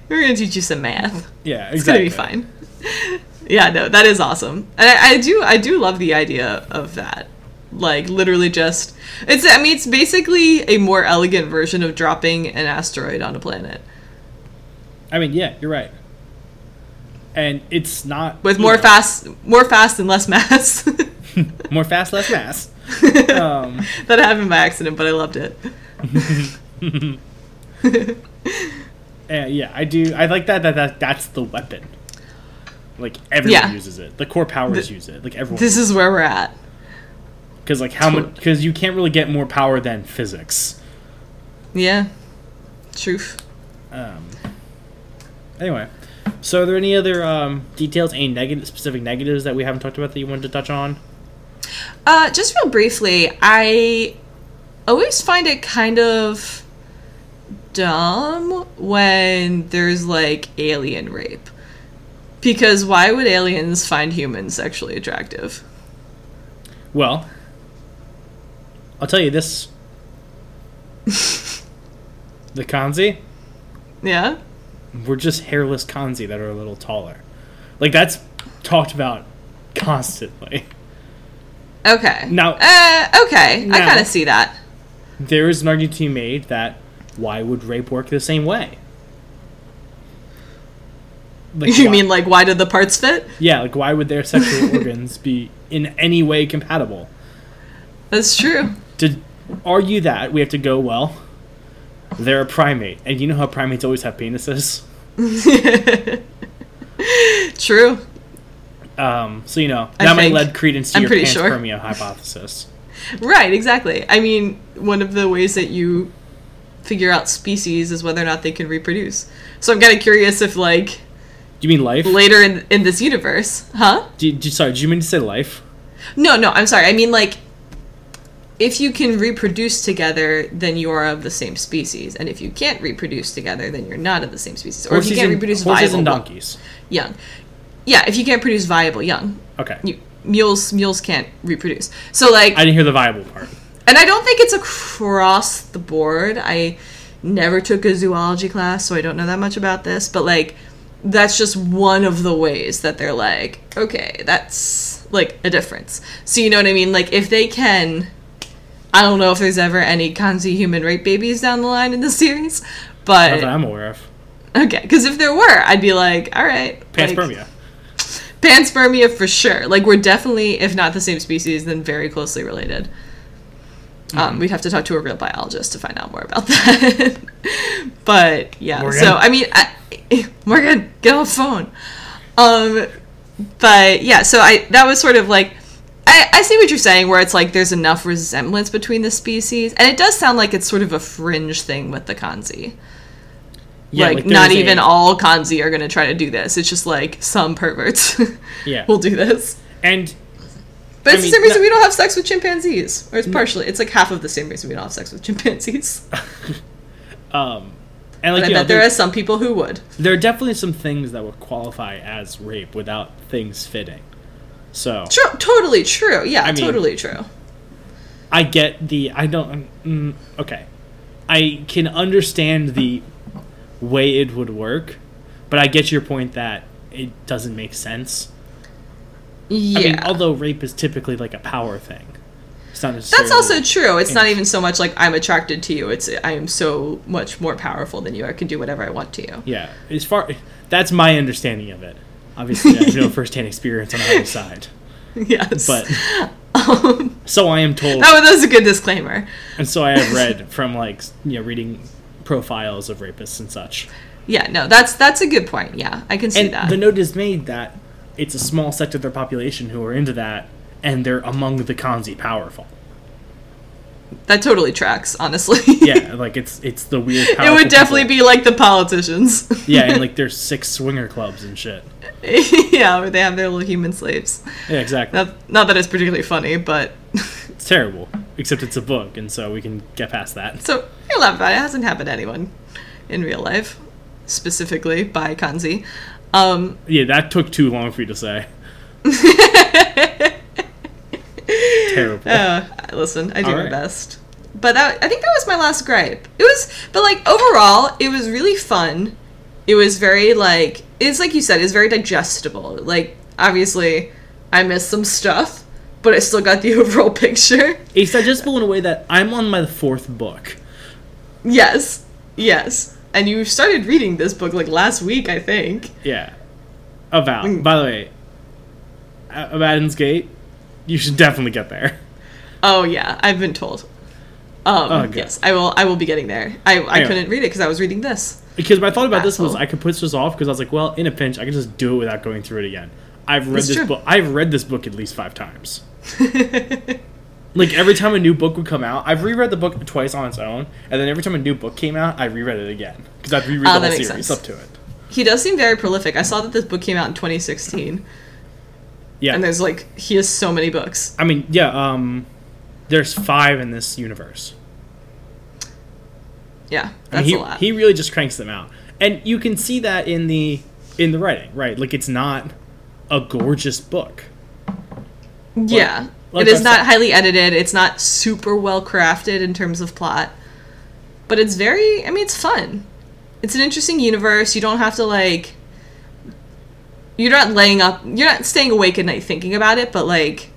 S1: We're gonna teach you some math.
S2: Yeah, exactly.
S1: It's gonna be fine. Yeah, no, that is awesome. And I, I do I do love the idea of that. Like literally just it's I mean it's basically a more elegant version of dropping an asteroid on a planet.
S2: I mean, yeah, you're right. And it's not
S1: With
S2: you
S1: more
S2: know,
S1: fast more fast and less mass.
S2: more fast, less mass. um,
S1: that happened by accident, but I loved it.
S2: and yeah, I do. I like that, that. That that's the weapon. Like everyone
S1: Yeah.
S2: uses it. The core powers
S1: Th-
S2: use it. Like everyone.
S1: This is where we're at.
S2: because like how much? Because you can't really get more power than physics.
S1: Yeah. Truth.
S2: Um, anyway, so are there any other um, details, any negative, specific negatives that we haven't talked about that you wanted to touch on?
S1: Uh, just real briefly, I always find it kind of dumb when there's like alien rape. Because why would aliens find humans sexually attractive?
S2: Well, I'll tell you this. the Kanzi.
S1: Yeah?
S2: we're just hairless kanzi that are a little taller. Like that's talked about constantly.
S1: Okay.
S2: Now-
S1: Uh, okay. I
S2: Now-
S1: kind of see that.
S2: There is an argument to be made that why would rape work the same way? Like,
S1: You
S2: why-
S1: mean like why do the parts fit?
S2: yeah? Like why would their sexual organs be in any way compatible?
S1: That's true.
S2: To argue that we have to go well. They're a primate, and you know how primates always have penises.
S1: True.
S2: Um, so you know
S1: I
S2: that might
S1: think.
S2: led credence to
S1: I'm
S2: your
S1: pretty sure.
S2: panspermia hypothesis.
S1: Right, exactly. I mean, one of the ways that you figure out species is whether or not they can reproduce. So I'm kind of curious if like
S2: Do you mean life?
S1: later in in this universe, huh?
S2: Do, do, sorry, do you mean to say life?
S1: No, no, I'm sorry. I mean like if you can reproduce together, then you are of the same species, and if you can't reproduce together, then you're not of the same species. Or if you can't
S2: and-
S1: reproduce
S2: horses
S1: viable
S2: and donkeys.
S1: young, yeah, if you can't produce viable young,
S2: Okay,
S1: you, mules mules can't reproduce. So like
S2: I didn't hear the viable part.
S1: and I don't think it's across the board. I never took a zoology class, so I don't know that much about this, but like that's just one of the ways that they're like, okay, that's like a difference. So you know what I mean? Like if they can I don't know if there's ever any Kanzi human rape babies down the line in the series,
S2: Not that
S1: but
S2: I'm aware of.
S1: Okay, because if there were, I'd be like, all right. like-
S2: Panspermia.
S1: panspermia for sure. Like we're definitely, if not the same species, then very closely related. Um, we'd have to talk to a real biologist to find out more about that. but yeah,
S2: Morgan.
S1: so I mean, I, Morgan, get on the phone. Um, but yeah, so I that was sort of like. I, I see what you're saying, where it's like there's enough resemblance between the species, and it does sound like it's sort of a fringe thing with the kanzi
S2: yeah,
S1: like,
S2: there
S1: not
S2: was a-
S1: even all kanzi are going to try to do this. It's just like some perverts
S2: Yeah.
S1: will do this.
S2: and
S1: But
S2: I
S1: it's
S2: mean,
S1: the same reason
S2: no- Mm.
S1: we don't have sex with chimpanzees. Or it's partially, it's like half of the same reason we don't have sex with chimpanzees. But
S2: um, and like
S1: I
S2: you know,
S1: bet there
S2: there-
S1: are some people who would.
S2: there are definitely some things that would qualify as rape without things fitting. So
S1: True, totally true. Yeah,
S2: I mean-
S1: totally true.
S2: I get the I don't mm, okay. I can understand the way it would work, but I get your point that it doesn't make sense.
S1: Yeah.
S2: I mean, although rape is typically like a power thing. It's not necessarily
S1: that's also true. It's not
S2: Yeah.
S1: even so much like I'm attracted to you. It's I am so much more powerful than you. I can do whatever I want to you.
S2: Yeah, as far that's my understanding of it. Obviously, I have no firsthand experience on either side,
S1: Yes.
S2: but
S1: um, oh,
S2: so I am told,
S1: that was that was a good disclaimer.
S2: and so I have read from like you know reading profiles of rapists and such.
S1: Yeah, no, that's that's a good point. Yeah, I can see
S2: And
S1: that.
S2: the note is made that it's a small sect of their population who are into that, and they're among the Kanzi powerful.
S1: That totally tracks, honestly.
S2: Yeah, like it's it's the weird.
S1: it would definitely be like the politicians.
S2: Yeah, and like there's six swinger clubs and shit.
S1: yeah, where they have their little human slaves.
S2: Yeah, exactly.
S1: Not, not that it's particularly funny, but
S2: It's terrible, except it's a book, and so we can get past that.
S1: so you'll laugh about it. It hasn't happened to anyone in real life, specifically by Kanzi. Um,
S2: Yeah, that took too long for you to say. terrible.
S1: uh, listen, I do
S2: All
S1: my
S2: right.
S1: best. But that, I think that was my last gripe. It was, but like overall, it was really fun. It was very like it's like you said, it's very digestible. Like obviously, I missed some stuff, but I still got the overall picture.
S2: It's digestible in a way that I'm on my fourth book.
S1: Yes, yes. And you started reading this book like last week, I think.
S2: Yeah. About. By the way, A- Abaddon's Gate, you should definitely get there.
S1: Oh yeah, I've been told. Um,
S2: Oh, good.
S1: yes, I will. I will be getting there. I, I
S2: Anyway.
S1: couldn't read it because I was reading this.
S2: Because my thought about this was
S1: Asshole.
S2: I could push this off because I was like, well, in a pinch, I can just do it without going through it again. I've read
S1: That's
S2: this
S1: true.
S2: book. I've read this book at least five times. Like every time a new book would come out, I've reread the book twice on its own, and then every time a new book came out, I reread it again because I'd reread
S1: Ah,
S2: the
S1: that
S2: whole
S1: makes
S2: series
S1: sense.
S2: up to it.
S1: He does seem very prolific. I saw that this book came out in 2016,
S2: Yeah,
S1: and there's like he has so many books.
S2: I mean, yeah. Um, there's five in this universe.
S1: Yeah, that's
S2: I mean, he,
S1: a lot.
S2: he really just cranks them out, and you can see that in the in the writing, right? Like it's not a gorgeous book.
S1: yeah,
S2: like
S1: it is
S2: I
S1: not
S2: said-
S1: highly edited. It's not super well crafted in terms of plot, but it's very. I mean, it's fun. It's an interesting universe. You don't have to like. You're not laying up. You're not staying awake at night thinking about it, but like,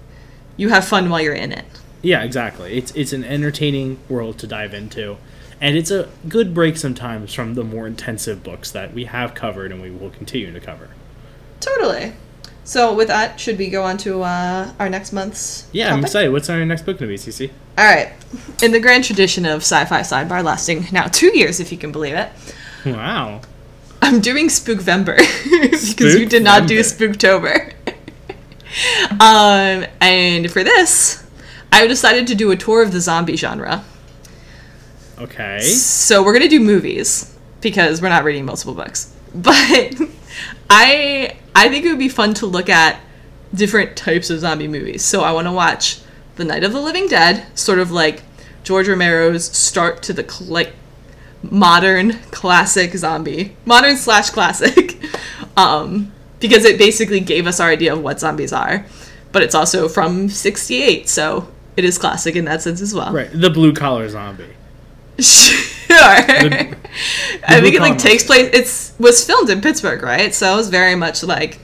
S1: you have fun while you're in it.
S2: Yeah, exactly. It's it's an entertaining world to dive into, and it's a good break sometimes from the more intensive books that we have covered and we will continue to cover.
S1: Totally. So with that, should we go on to uh, our next month's?
S2: Yeah, I'm
S1: topic?
S2: excited. What's our next book going to be, CC?
S1: All right. In the grand tradition of sci-fi sidebar lasting now two years, if you can believe it,
S2: Wow.
S1: I'm doing Spookvember because you did not do Spooktober. um, and for this, I decided to do a tour of the zombie genre.
S2: Okay.
S1: So we're gonna do movies because we're not reading multiple books. But I I think it would be fun to look at different types of zombie movies. So I want to watch The Night of the Living Dead, sort of like George Romero's start to the cl- like modern classic zombie, modern slash classic, um, because it basically gave us our idea of what zombies are. But it's also from '68, so it is classic in that sense as well.
S2: Right. The blue collar zombie.
S1: Sure. I think it like
S2: Rubicon
S1: takes
S2: was-
S1: place. It's was filmed in Pittsburgh, right? So it was very much like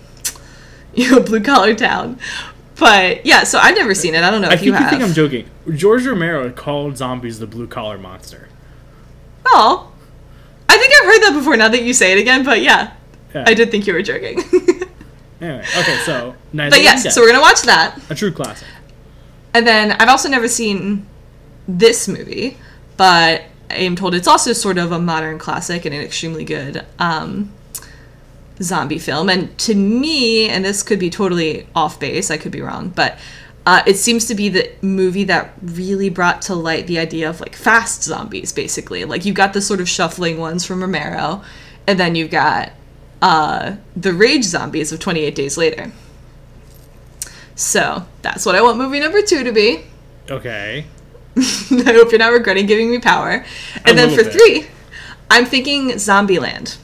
S1: you know blue collar town. But yeah, so I've never seen it. I don't know
S2: I
S1: if
S2: think
S1: you
S2: you,
S1: have.
S2: think I'm joking. George Romero called zombies the blue collar monster.
S1: oh, I think think I've heard that before now that you say it again, but yeah.
S2: Yeah.
S1: I did think you were joking.
S2: Anyway, okay, so Night
S1: but yes, so we're going to watch that.
S2: a true classic.
S1: And then I've also never seen this movie, but I am told it's also sort of a modern classic and an extremely good um, zombie film. And to me, and this could be totally off base, I could be wrong, but uh, it seems to be the movie that really brought to light the idea of like fast zombies, basically. Like you got the sort of shuffling ones from Romero, and then you've got uh, the rage zombies of 28 Days Later. So that's what I want movie number two to be.
S2: Okay.
S1: I hope you're not regretting giving me power. And then for
S2: little bit.
S1: three, I'm thinking Zombieland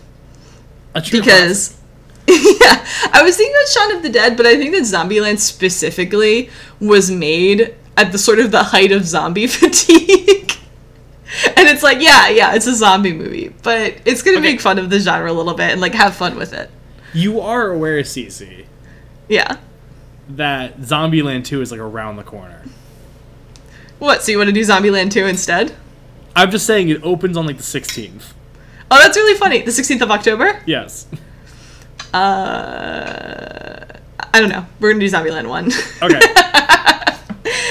S2: A true classic.
S1: because yeah, I was thinking about Shaun of the Dead, but I think that Zombieland specifically was made at the sort of the height of zombie fatigue. and it's like, yeah, yeah, it's a zombie movie, but it's gonna
S2: Okay.
S1: make fun of the genre a little bit and like have fun with it.
S2: you are aware, Cece,
S1: Yeah.
S2: that Zombieland 2 is like around the corner.
S1: What? So you want to do Zombieland two instead?
S2: I'm just saying it opens on like the 16th.
S1: Oh, that's really funny. The 16th of October.
S2: Yes.
S1: Uh, I don't know. We're gonna do Zombieland one.
S2: Okay.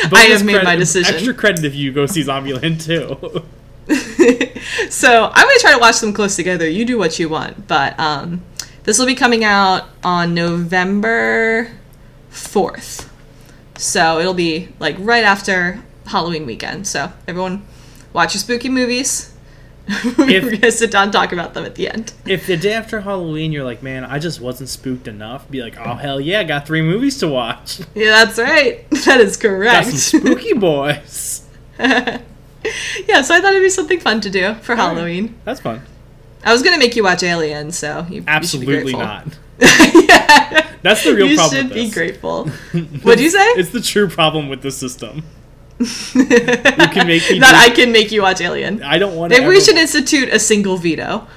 S1: I
S2: Bonus
S1: have made my
S2: credit-
S1: decision.
S2: Extra credit if you go see Zombieland 2.
S1: so I'm gonna try to watch them close together. You do what you want, but um, this will be coming out on November fourth, so it'll be like right after Halloween weekend. So everyone, watch your spooky movies.
S2: If-
S1: We're gonna sit down and talk about them at the end.
S2: if the day after Halloween you're like, man, I just wasn't spooked enough, be like, oh hell yeah, I got three movies to watch.
S1: Yeah, that's right. That is
S2: Got
S1: correct.
S2: some spooky boys.
S1: yeah, so I thought it'd be something fun to do for Halloween.
S2: That's fun.
S1: I was gonna make you watch Alien, so you you should be
S2: Absolutely
S1: grateful.
S2: not.
S1: yeah.
S2: That's the real
S1: you
S2: problem.
S1: should
S2: with
S1: be
S2: this.
S1: grateful. What'd you say?
S2: It's the true problem with the system.
S1: you
S2: can make me
S1: that
S2: do-
S1: I can make you watch Alien.
S2: I don't want to.
S1: Maybe we should institute a single veto,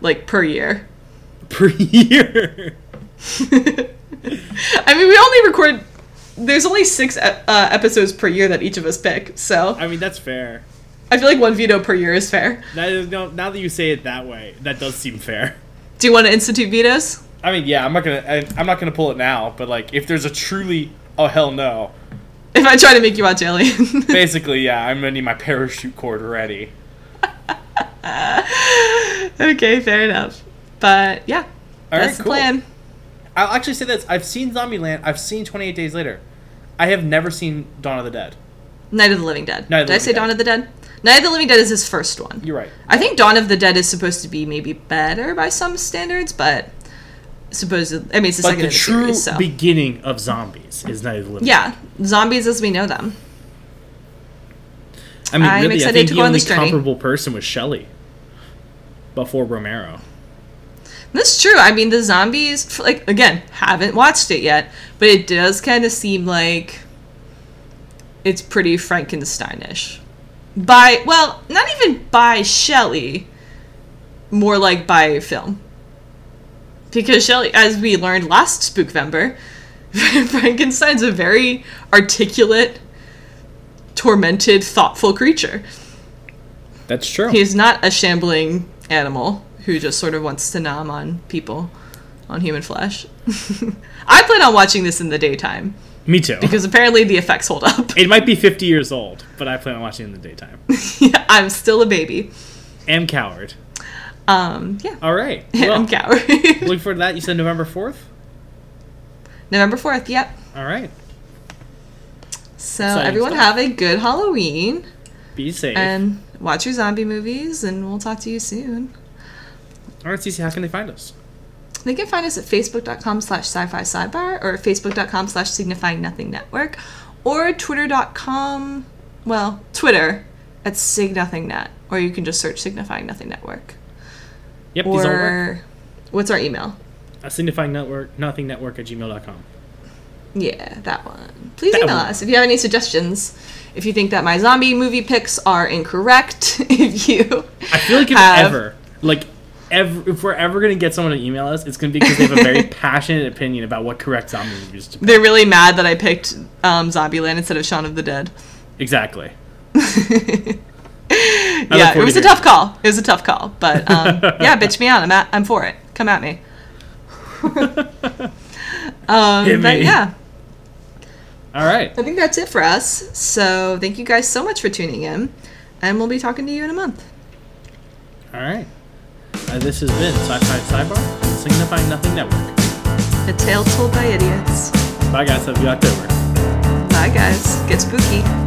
S1: like per year.
S2: per year.
S1: I mean, we only record. There's only six e- uh, episodes per year that each of us pick, so
S2: I mean, that's fair.
S1: I feel like one veto per year is fair.
S2: That is, no, now that you say it that way, that does seem fair.
S1: Do you want to institute vetoes?
S2: I mean, yeah, I'm not gonna, I, I'm not gonna pull it now. But like, if there's a truly, oh hell no,
S1: If I try to make you watch Alien,
S2: basically, yeah, I'm gonna need my parachute cord ready.
S1: okay, fair enough. But yeah,
S2: All right,
S1: that's the
S2: cool.
S1: plan.
S2: I'll actually say this: I've seen Zombieland, I've seen 28 Days Later, I have never seen Dawn of the Dead.
S1: Night of the Living Dead.
S2: Night of
S1: Did
S2: the
S1: I
S2: Living
S1: say
S2: Dead.
S1: Dawn of the Dead? Night of the Living Dead is his first one.
S2: You're right.
S1: I think Dawn of the Dead is supposed to be maybe better by some standards, but supposedly, I mean, it's the
S2: But
S1: second
S2: the
S1: in the
S2: true
S1: series, so
S2: beginning of zombies is Night of the Living.
S1: yeah, zombies as we know them.
S2: I mean,
S1: I'm
S2: really,
S1: excited
S2: I think
S1: to
S2: the
S1: go on
S2: only
S1: this journey.
S2: comparable person was Shelley before Romero.
S1: That's true. I mean, the zombies, f- like again, haven't watched it yet, but it does kind of seem like it's pretty Frankensteinish. By well, not even by Shelley, more like by film, because Shelley, as we learned last Spookvember, Frankenstein's a very articulate, tormented, thoughtful creature.
S2: That's true.
S1: He's not a shambling animal who just sort of wants to nom on people, on human flesh. I plan on watching this in the daytime
S2: Me too.
S1: because apparently the effects hold up.
S2: it might be 50 years old, but I plan on watching it in the daytime.
S1: I'm still a baby.
S2: Am coward.
S1: Um, yeah,
S2: All right.
S1: I'm
S2: Uh, Well,
S1: coward.
S2: looking forward to that. You said November 4th?
S1: November fourth. Yep.
S2: All right.
S1: So
S2: Exciting
S1: everyone
S2: stuff.
S1: have a good Halloween
S2: Be safe.
S1: and watch your zombie movies, and we'll talk to you soon.
S2: All right, Cece, how can they find us?
S1: They can find us at facebook.com slash sci-fi sidebar or facebook.com slash signifying nothing network or twitter.com, well, Twitter at signothingnat or you can just search signifying nothing network.
S2: Yep, these all work.
S1: Or what's our email?
S2: A signifying network, nothing network at gmail.com.
S1: Yeah, that one. Please
S2: That
S1: email
S2: one.
S1: us if you have any suggestions. If you think that my zombie movie picks are incorrect, if you
S2: I feel like if
S1: have-
S2: ever, like, ever, if we're ever going to get someone to email us, it's going to be because they have a very passionate opinion about what correct zombie movies to be.
S1: they're really mad that I picked um, Zombieland instead of Shaun of the Dead.
S2: Exactly.
S1: yeah, it
S2: forward
S1: was
S2: to
S1: a
S2: hearing
S1: tough call. It was a tough call, but um, yeah, bitch me out. I'm at, I'm for it. Come at me. um,
S2: Hit
S1: But
S2: me.
S1: yeah,
S2: All right.
S1: I think that's it for us. So thank you guys so much for tuning in, and we'll be talking to you in a month.
S2: All right. Uh, this has been Sci-Fi Sidebar, Signifying Nothing Network.
S1: A tale told by idiots.
S2: Bye, guys. Have a good October.
S1: Bye guys. Get spooky.